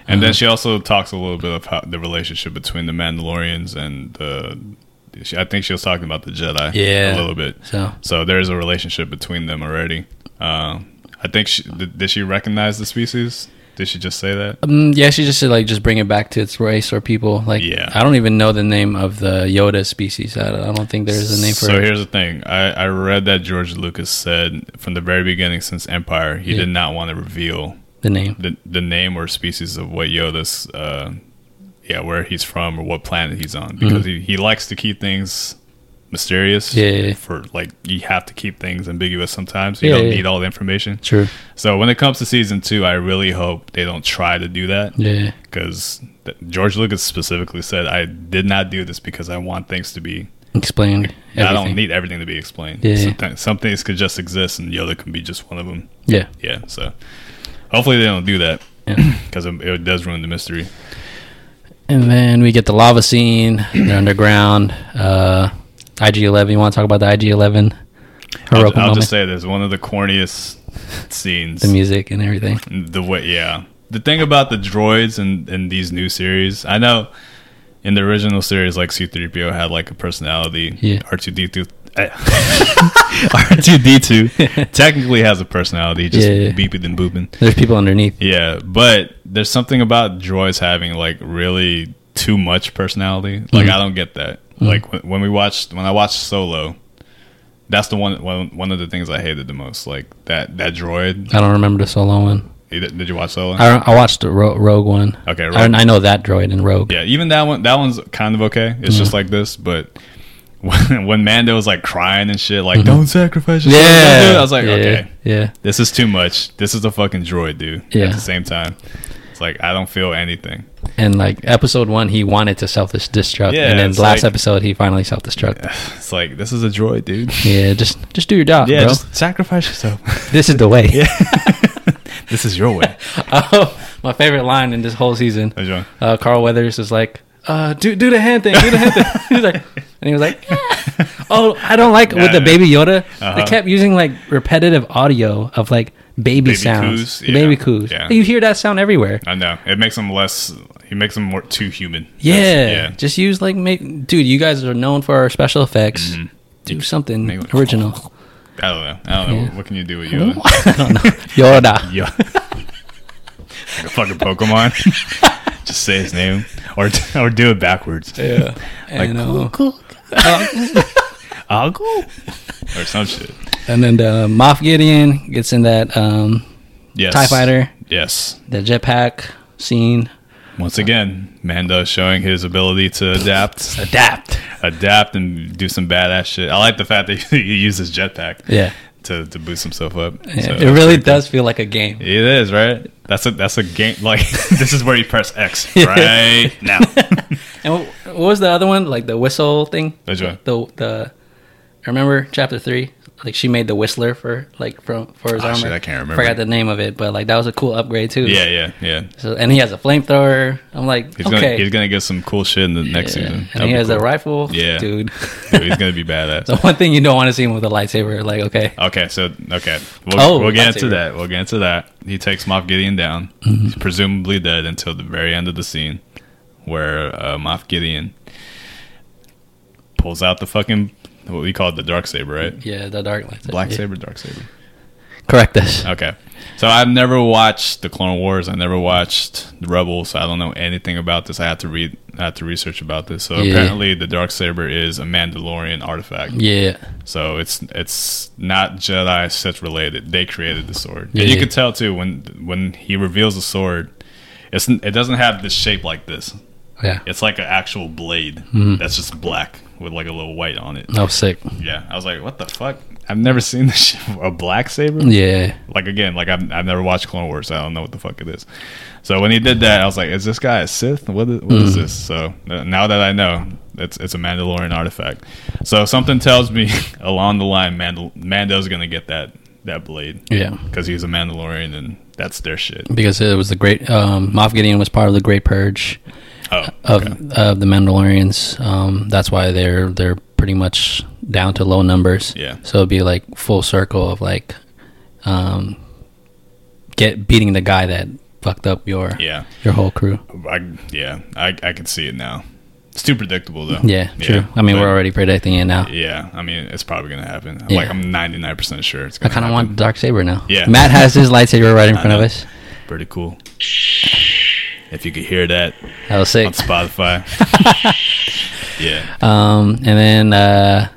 Uh-huh. then she also talks a little bit of how, the relationship between the Mandalorians and the. She, I think she was talking about the Jedi. Yeah. a little bit. So So there's a relationship between them already. Um, I think she, did, did she recognize the species? Did she just say that? Um, yeah, she just said like just bring it back to its race or people. Like, Yeah. I don't even know the name of the Yoda species. I, I don't think there's a name for So it. here's the thing. I, I read that George Lucas said from the very beginning, since Empire, he Yeah. did not want to reveal the name. the, the name or species of what Yoda's, uh, yeah, where he's from or what planet he's on, because he, he likes to keep things mysterious. Mm-hmm. Yeah, yeah, yeah. For like, you have to keep things ambiguous sometimes. You Yeah, don't yeah. need all the information. True. So when it comes to season two, I really hope they don't try to do that Yeah. because th- George Lucas specifically said, "I did not do this because I want things to be." Explain. Everything. I don't need everything to be explained. Yeah. Some, th- some things could just exist, and Yoda can be just one of them. Yeah. Yeah. So hopefully they don't do that Yeah. because it, it does ruin the mystery. And then we get the lava scene. They're underground. Uh, IG Eleven. You want to talk about the IG Eleven? I'll, Heroku I'll moment. just say this: one of the corniest scenes. the music and everything. The way, yeah. The thing about the droids and and these new series, I know in the original series, like C three PO had like a personality. Yeah. R two D two. eh. R two D two technically has a personality, just Yeah, yeah. beeping and booping. There's people underneath. Yeah, but there's something about droids having like really too much personality. Like Mm-hmm. I don't get that. Like when, when we watched when I watched Solo, that's the one one one of the things I hated the most. Like that that droid. I don't remember the solo one. Did did you watch Solo? I, I watched the Ro- Rogue one. Okay, I, I know that droid in Rogue. Yeah, even that one, that one's kind of okay. It's Mm-hmm. just like this, but when, when Mando was like crying and shit, like "Don't sacrifice yourself," Mando," I was like, Mm-hmm. yeah, okay, Yeah. this is too much. This is a fucking droid, dude. Yeah. At the same time, it's like I don't feel anything. And like episode one, he wanted to self destruct, Yeah, and then it's last like- episode, he finally self destruct. It's like this is a droid, dude. Yeah, just just do your job, Yeah, bro. just sacrifice yourself. this is the way. this is your way. Oh, my favorite line in this whole season. That's wrong. Uh, Carl Weathers is like, uh, do do the hand thing, do the hand thing. He's like, and he was like, oh, I don't like with the Yeah. baby Yoda. Uh-huh. They kept using like repetitive audio of like baby, Baby sounds, coos, yeah. baby coos. Yeah. You hear that sound everywhere. I know it makes him less. He makes him more too human. Yeah, That's- just use like, make, dude, you guys are known for our special effects. Do something Mm-hmm. Make it- original. yeah. I don't know. I don't know. What can you do with you? I don't know. Yoda. Yo. like a fucking Pokemon. Just say his name. Or or do it backwards. Yeah. Like, and, uh, I'll go. or some shit. And then the Moff Gideon gets in that um, Yes. Tie Fighter, Yes. the jetpack scene. Once again, Mando showing his ability to adapt, Adapt. adapt, and do some badass shit. I like the fact that he uses jetpack Yeah. to, to boost himself up. Yeah, So- it really does feel like a game. It is right. That's a that's a game. Like this is where you press X right now. And wh- what was the other one? Like the whistle thing. Which one? The the. I remember chapter three. Like she made the whistler for like from for his Oh, armor. shit, I can't remember. Forgot the name of it, but like that was a cool upgrade too. Yeah, yeah, yeah. So, and he has a flamethrower. I'm like, He's gonna okay. he's gonna get some cool shit in the next Yeah. season. And he has a rifle. Yeah. Dude. Dude, he's gonna be badass. the one thing you don't want to see him with a lightsaber. Like, okay. Okay, so okay, we'll, Oh, we'll get into lightsaber. that. We'll get into that. He takes Moff Gideon down. Mm-hmm. He's presumably dead until the very end of the scene, where uh, Moff Gideon pulls out the fucking what we call it, the dark saber, right? Yeah, the dark lightsaber. Black Yeah. saber, Uh, dark saber. Correct us. Okay. So I've never watched the Clone Wars. I never watched the Rebels. So I don't know anything about this. I had to read. I had to research about this. So Yeah. apparently, the dark saber is a Mandalorian artifact. Yeah. So it's it's not Jedi Sith related. They created the sword, and Yeah. you could tell too when when he reveals the sword. It's it doesn't have the shape like this. Yeah. It's like an actual blade that's just black with like a little white on it. No sick. Yeah, I was like, what the fuck? I've never seen this shit. a black saber Yeah. like again, like I've, I've never watched Clone Wars. So I don't know what the fuck it is. So when he did that, I was like, "Is this guy a Sith? What is, what is Mm-hmm. this?" So uh, now that I know, it's it's a Mandalorian artifact. So something tells me along the line, Mandal- Mando's gonna get that that blade Yeah. because he's a Mandalorian and that's their shit. Because it was the great um, Moff Gideon was part of the Great Purge Oh, of of the Mandalorians. Um, that's why they're they're pretty much down to low numbers. Yeah. So it'd be like full circle of like, um, get beating the guy that fucked up your yeah, your whole crew. I, yeah, I I can see it now. It's too predictable though. Yeah. True. I mean, but- we're already predicting it now. Yeah, I mean, it's probably gonna happen. Yeah. Like I'm 99 percent sure it's I gonna. kind of happen. want the dark saber now. Yeah. Matt has his lightsaber right in front of know. us. pretty cool. If you could hear that. That was sick. on Spotify. yeah, Um, and then uh,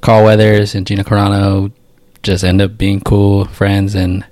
Carl Weathers and Gina Carano just end up being cool friends, and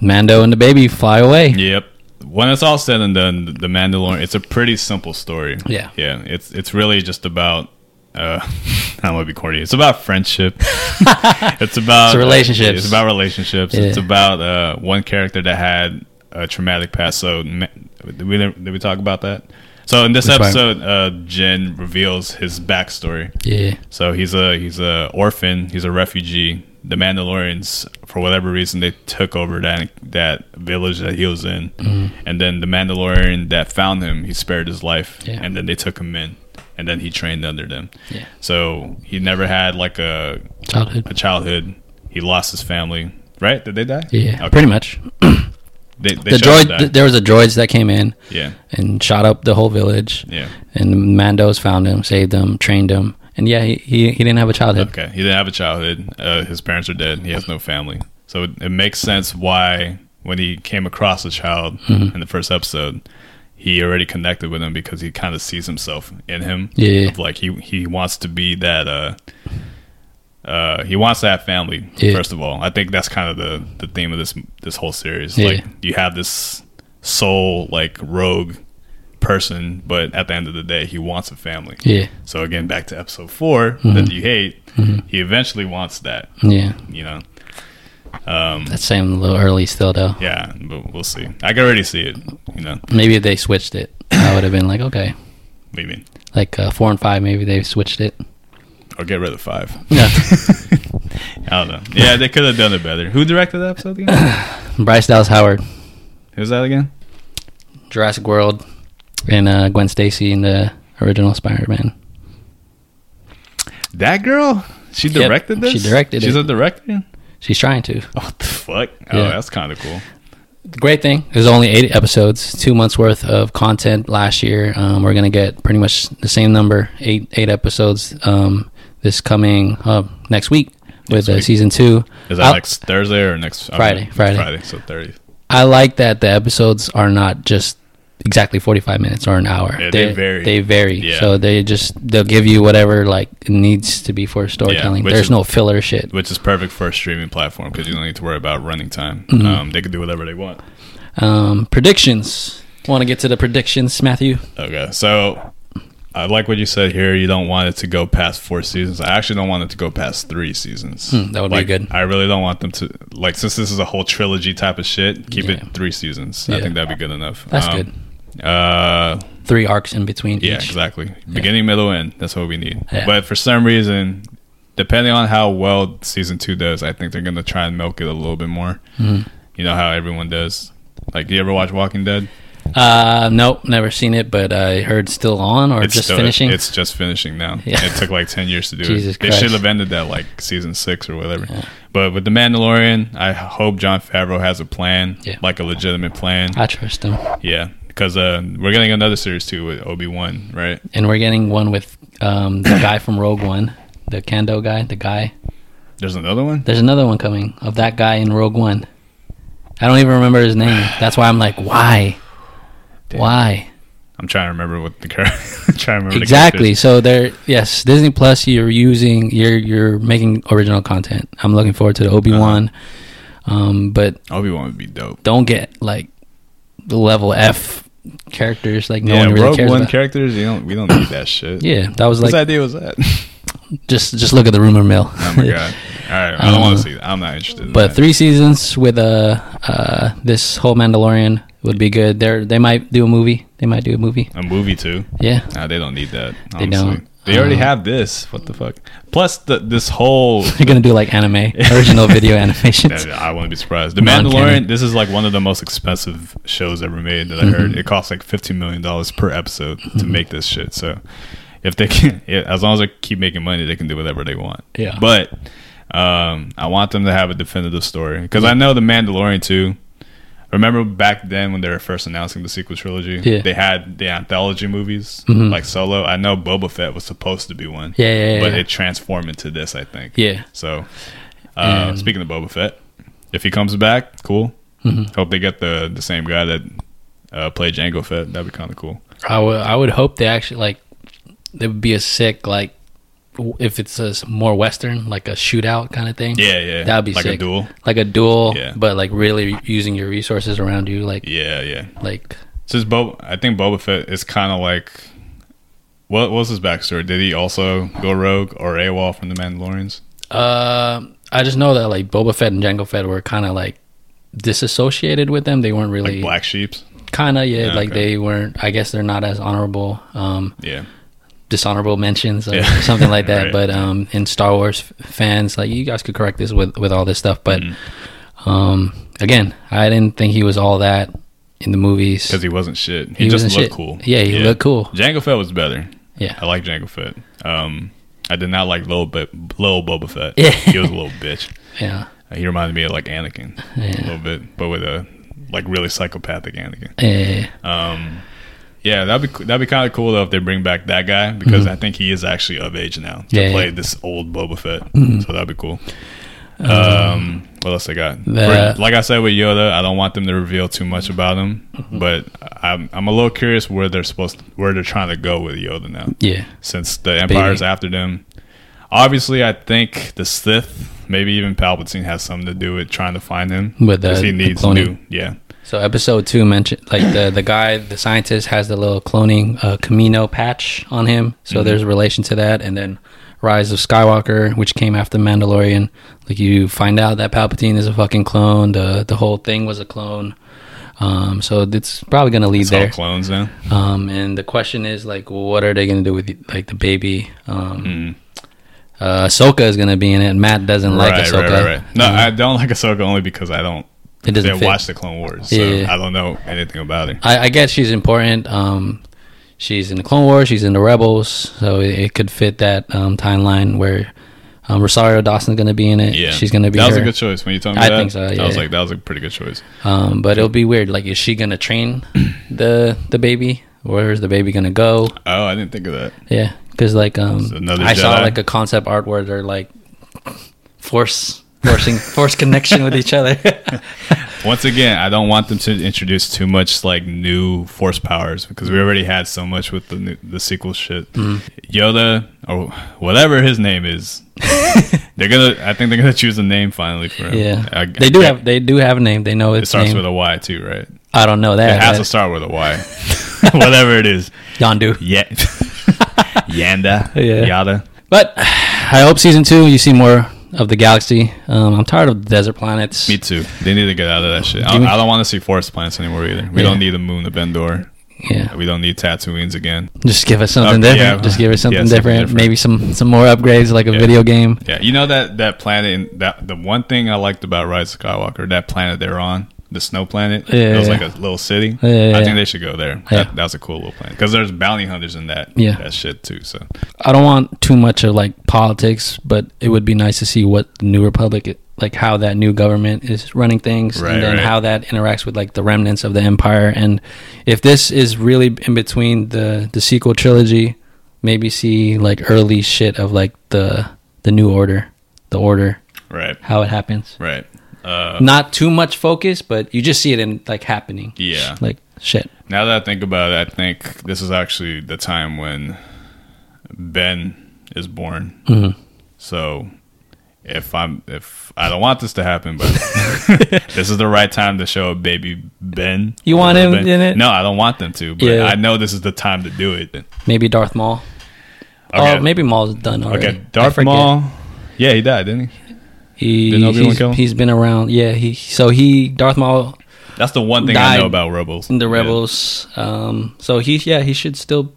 Mando and the baby fly away. yep. When it's all said and done, the Mandalorian. It's a pretty simple story. Yeah. yeah. It's it's really just about. Uh, I don't want to be corny. It's about friendship. it's about It's relationships. it's about relationships. Yeah. It's about uh, one character that had a traumatic past. So ma- did we did we talk about that? So in this Which one? episode, uh, Jen reveals his backstory. Yeah, So he's a he's a orphan. He's a refugee. The Mandalorians, for whatever reason, they took over that that village that he was in, Mm-hmm. and then the Mandalorian that found him, he spared his life, Yeah. and then they took him in, and then he trained under them. Yeah. So he never had like a childhood. a childhood. He lost his family. Right? Did they die? Yeah, Okay. pretty much. They, they The showed them droid. die. th- there was a droids that came in yeah. and shot up the whole village, Yeah. and Mando's found him, saved him, trained him, and yeah, he he, he didn't have a childhood. Okay, he didn't have a childhood. Uh, his parents are dead. He has no family, so it, it makes sense why when he came across a child Mm-hmm. in the first episode, he already connected with him because he kind of sees himself in him. Yeah. Of like he he wants to be that. Uh, uh, he wants to have family Yeah. first of all. I think that's kind of the the theme of this this whole series. Yeah. Like you have this soul like rogue person, but at the end of the day, he wants a family. Yeah, So again, back to episode 4 Mm-hmm. that you hate. He eventually wants that, yeah. you know. Hmm. That seemed a little early still, though. Yeah, but we'll see. I can already see it. You know, Maybe if they switched it, I would have been like, okay, what do you mean? like uh, four and five. Maybe they switched it. Or get rid of five. Yeah. I don't know. Yeah, they could have done it better. Who directed that episode again? Bryce Dallas Howard, Who's that again? Jurassic World, and uh, Gwen Stacy in the original Spider-Man. That girl? She Yep, directed this? she directed She's a it. director? She's trying to. Oh, what the fuck? Oh, Yeah. that's kind of cool. The great thing there's only eight episodes, two months worth of content last year. Um, we're gonna get pretty much the same number, eight eight episodes um, this coming uh, next week with uh, week. season two. Is that I, next Thursday or next Friday, next Friday. Friday, so 30th. I like that the episodes are not just exactly 45 minutes or an hour. Yeah, they vary. They vary. Yeah. So they just they'll give you whatever like needs to be for storytelling. which There's is- no filler shit. which is perfect for a streaming platform because you don't need to worry about running time. Mm-hmm. Um, they can do whatever they want. Um, predictions. Want to get to the predictions, Matthew? Okay, so I like what you said here. You don't want it to go past four seasons. I actually don't want it to go past three seasons. that would Hmm, be like, good. I really don't want them to like since this is a whole trilogy type of shit. Keep Yeah. it three seasons. I Yeah. think that'd be good enough. That's Um, Uh, Three arcs in between yeah, each. exactly. Beginning, middle, end. That's what we need. Yeah. But for some reason, depending on how well season two does, I think they're gonna try and milk it a little bit more. Mm-hmm. You know how everyone does. Like, do you ever watch Walking Dead? Uh, nope, never seen it, but I heard still on or just still- finishing. It's just finishing now. Yeah. It took like ten years to do Jesus it. They Christ. should have ended that like season six or whatever. But with the Mandalorian, I hope John Favreau has a plan, Yeah. like a legitimate plan. I trust them, yeah, because uh, we're getting another series too with Obi Wan, right? and we're getting one with um the guy from Rogue One, the Kando guy, the guy. There's another one. There's another one coming of that guy in Rogue One. I don't even remember his name. That's why I'm like, why, why? I'm trying to remember what the character. trying to remember exactly The characters. so there yes disney plus you're using you're you're making original content i'm looking forward to the obi-wan Uh-huh. um but Obi Wan would be dope. don't get like the level f characters like no yeah, one really Rogue cares One about. characters. You don't. We don't need that shit. yeah that was Whose like idea was that? just just look at the rumor mill oh my god! All right, I don't want Uh, to see that. I'm not interested. In but that. three seasons with uh uh this whole mandalorian would be good they're they might do a movie they might do a movie a movie too. yeah Nah, they don't need that. They Honestly. They don't. already Um, have this. What the fuck? Plus, the, this whole. they're gonna do like anime original video animations I wouldn't be surprised. The Non-canon. Mandalorian. This is like one of the most expensive shows ever made that I Mm-hmm. heard. It costs like fifteen million dollars per episode to make this shit. So, if they can, yeah, as long as they keep making money, they can do whatever they want. Yeah. But um, I want them to have a definitive story because I know the Mandalorian too. Remember back then when they were first announcing the sequel trilogy? Yeah. They had the anthology movies Mhm. like Solo. I know Boba Fett was supposed to be one. Yeah, yeah, yeah, But yeah. it transformed into this, I think. yeah So, uh, And- speaking of Boba Fett, if he comes back, cool. Mhm. Hope they get the the same guy that uh, played Django Fett. That'd be kind of cool. I would I would hope they actually like there would be a sick like w- if it's a s- more western like a shootout kind of thing. Yeah, yeah. That'd be like sick. a duel. Like a duel, Yeah. but like really using your resources around you, like Yeah, yeah. like Since Bob, I think Boba Fett is kind of like. What what was his backstory? Did he also go rogue or AWOL from the Mandalorians? uh, I just know that like Boba Fett and Jango Fett were kind of like disassociated with them. They weren't Like really black sheeps? kind of yeah, Yeah, like okay. they weren't. I guess they're not as honorable, um, Yeah. dishonorable mentions or Yeah. something like that. Right. But um, in Star Wars f- fans, like you guys could correct this with with all this stuff, but. Because Mm-hmm. Um, again, I didn't think he was all that in the movies. he wasn't shit. He, was just in looked shit. cool. Yeah, he looked cool. Django Fett was better. Yeah, I like Jango Fett. Um, I did not like Lil, Bo- Lil Boba Fett. Yeah. He was a little bitch. yeah, Uh, He reminded me of like Anakin a yeah, little bit, but with a like really psychopathic Anakin. yeah. Um, yeah, that'd be coo- that'd be kind of cool though if they bring back that guy because I think he is actually of age now to Mm-hmm. Yeah, Mm-hmm. play yeah. this old Boba Fett. So that'd be cool. Um, what else I got? Uh, the- For- like I said with Yoda, I don't want them to reveal too much about him, Mm-hmm. but I'm I'm a little curious where they're supposed to, where they're trying to go with Yoda now yeah. since the Empire's after them. Obviously, I think the Sith, maybe even Palpatine, has something to do with trying to find him. With the- 'Cause he the needs cloning. new, yeah, So episode two mentioned like the the guy, the scientist has the little cloning uh, Camino patch on him. So Mm-hmm. there's a relation to that, and then Rise of Skywalker, which came after Mandalorian. Like you find out that Palpatine is a fucking clone. The the whole thing was a clone. Um, so it's probably gonna lead it's all there. clones now. Um, and the question is like, what are they gonna do with like the baby? Um, Mm. uh, Ahsoka is gonna be in it. Matt doesn't like right, Ahsoka. right, right, right. No, Um, I don't like Ahsoka only because I don't. it I doesn't didn't fit. watch the Clone Wars, so Yeah, yeah, yeah. I don't know anything about her. I, I guess she's important. Um, she's in the Clone Wars. She's in the Rebels, so it, it could fit that um, timeline where um, Rosario Dawson's gonna be in it. Yeah, she's gonna be. That was her. a good choice when you told me I that. think so, yeah, I was yeah. like, that was a pretty good choice. um, but it'll be weird. Like, is she gonna train the the baby? Where is the baby gonna go? Oh, I didn't think of that. Yeah, because like um, another I saw Jedi. like a concept art where they're like force forcing force connection with each other. Once again, I don't want them to introduce too much like new force powers because we already had so much with the new, the sequel shit. Mm-hmm. Yoda or whatever his name is, they're gonna. I think they're gonna choose a name finally for him. yeah, I- I they do can't- have they do have a name. They know It its starts name. with a Y too, right? I don't know that. it has but to start with a Y, whatever it is. Yondu. Yeah, Yanda, Yeah. Yada. But I hope season two you see more of the galaxy. Um, I'm tired of the desert planets. Me too. They need to get out of that shit. I, Give me- I don't want to see forest plants anymore either. We Yeah. don't need a moon of Endor. Yeah, We don't need Tatooines again. just give us something Okay, different. Uh, yeah. Just give us something, Yeah, something different. different. Maybe some some more upgrades like a Yeah. video game. Yeah, you know that that planet in, that the one thing I liked about Rise of Skywalker, that planet they're on, the snow planet. Yeah, it was yeah. like a little city. Yeah, yeah, I yeah. think they should go there. Yeah. That, that was a cool little planet because there's bounty hunters in that. Yeah. that shit too. So I don't want too much of like politics, but it would be nice to see what the new republic, like how that new government is running things, Right, and then right. how that interacts with like the remnants of the empire. And if this is really in between the the sequel trilogy, maybe see like early shit of like the the new order, the order, right, how it happens. right. Uh, Not too much focus, but you just see it in like happening. Yeah. like shit. now that I think about it, I think this is actually the time when Ben is born. Mhm. So if I'm if I don't want this to happen, but this is the right time to show baby Ben. You want him Ben. in it? No, I don't want them to. But Yeah. I know this is the time to do it. Okay. Maybe Darth Maul. Oh, maybe Maul's done already. okay. I Darth forget. Maul. Yeah, he died, didn't he? He, Didn't Obi-Wan he's, kill him? he's been around. Yeah, he so he Darth Maul That's the one thing I Died know about Rebels. in the Yeah. Rebels. Um, so he yeah he should still.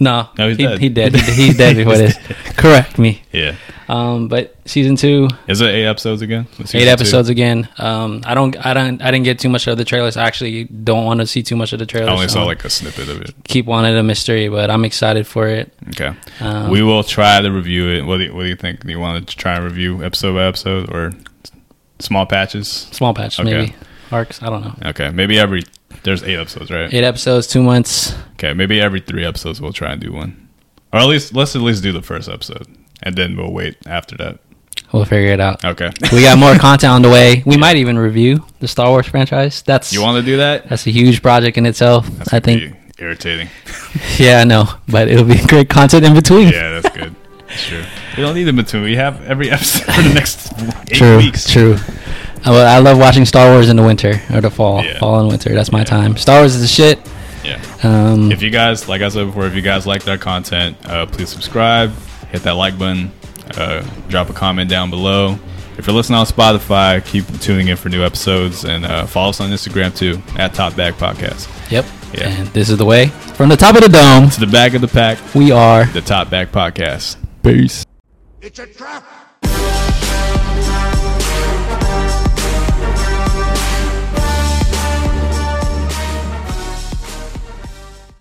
No, No, he's he, dead. He dead. He, he's dead before this. Correct me. Yeah. Um, but season two, Is it eight episodes again? Season eight two? episodes again. Um, I don't, I don't, I didn't get too much of the trailers. I actually don't want to see too much of the trailers. I only saw Um, like a snippet of it. keep wanting a mystery, but I'm excited for it. Okay. Um, we will try to review it. What do you, what do you think? Do you want to try and review episode by episode or s- small patches? small patch Okay. maybe arcs. I don't know. Okay, maybe every there's eight episodes, right? Eight episodes, two months. Okay, maybe every three episodes we'll try and do one, or at least let's at least do the first episode, and then we'll wait after that. We'll figure it out. Okay, we got more content on the way. We might even review the Star Wars franchise. That's you want to do that? that's a huge project in itself. That's I gonna think. be irritating. Yeah, I know, but it'll be great content in between. Yeah, that's good. Sure. We don't need them between. We have every episode for the next eight true, weeks. true. I, lo- I love watching Star Wars in the winter or the fall, Yeah. fall and winter. That's my Yeah. time. Star Wars is the shit. Yeah. Um, If you guys, like I said before, if you guys like our content, uh, please subscribe, hit that like button, uh, drop a comment down below. If you're listening on Spotify, keep tuning in for new episodes and uh, follow us on Instagram too at Top Bag Podcast. yep. Yeah. And this is the way from the top of the dome. To the back of the pack, We are the Top Bag Podcast. Peace. It's a trap!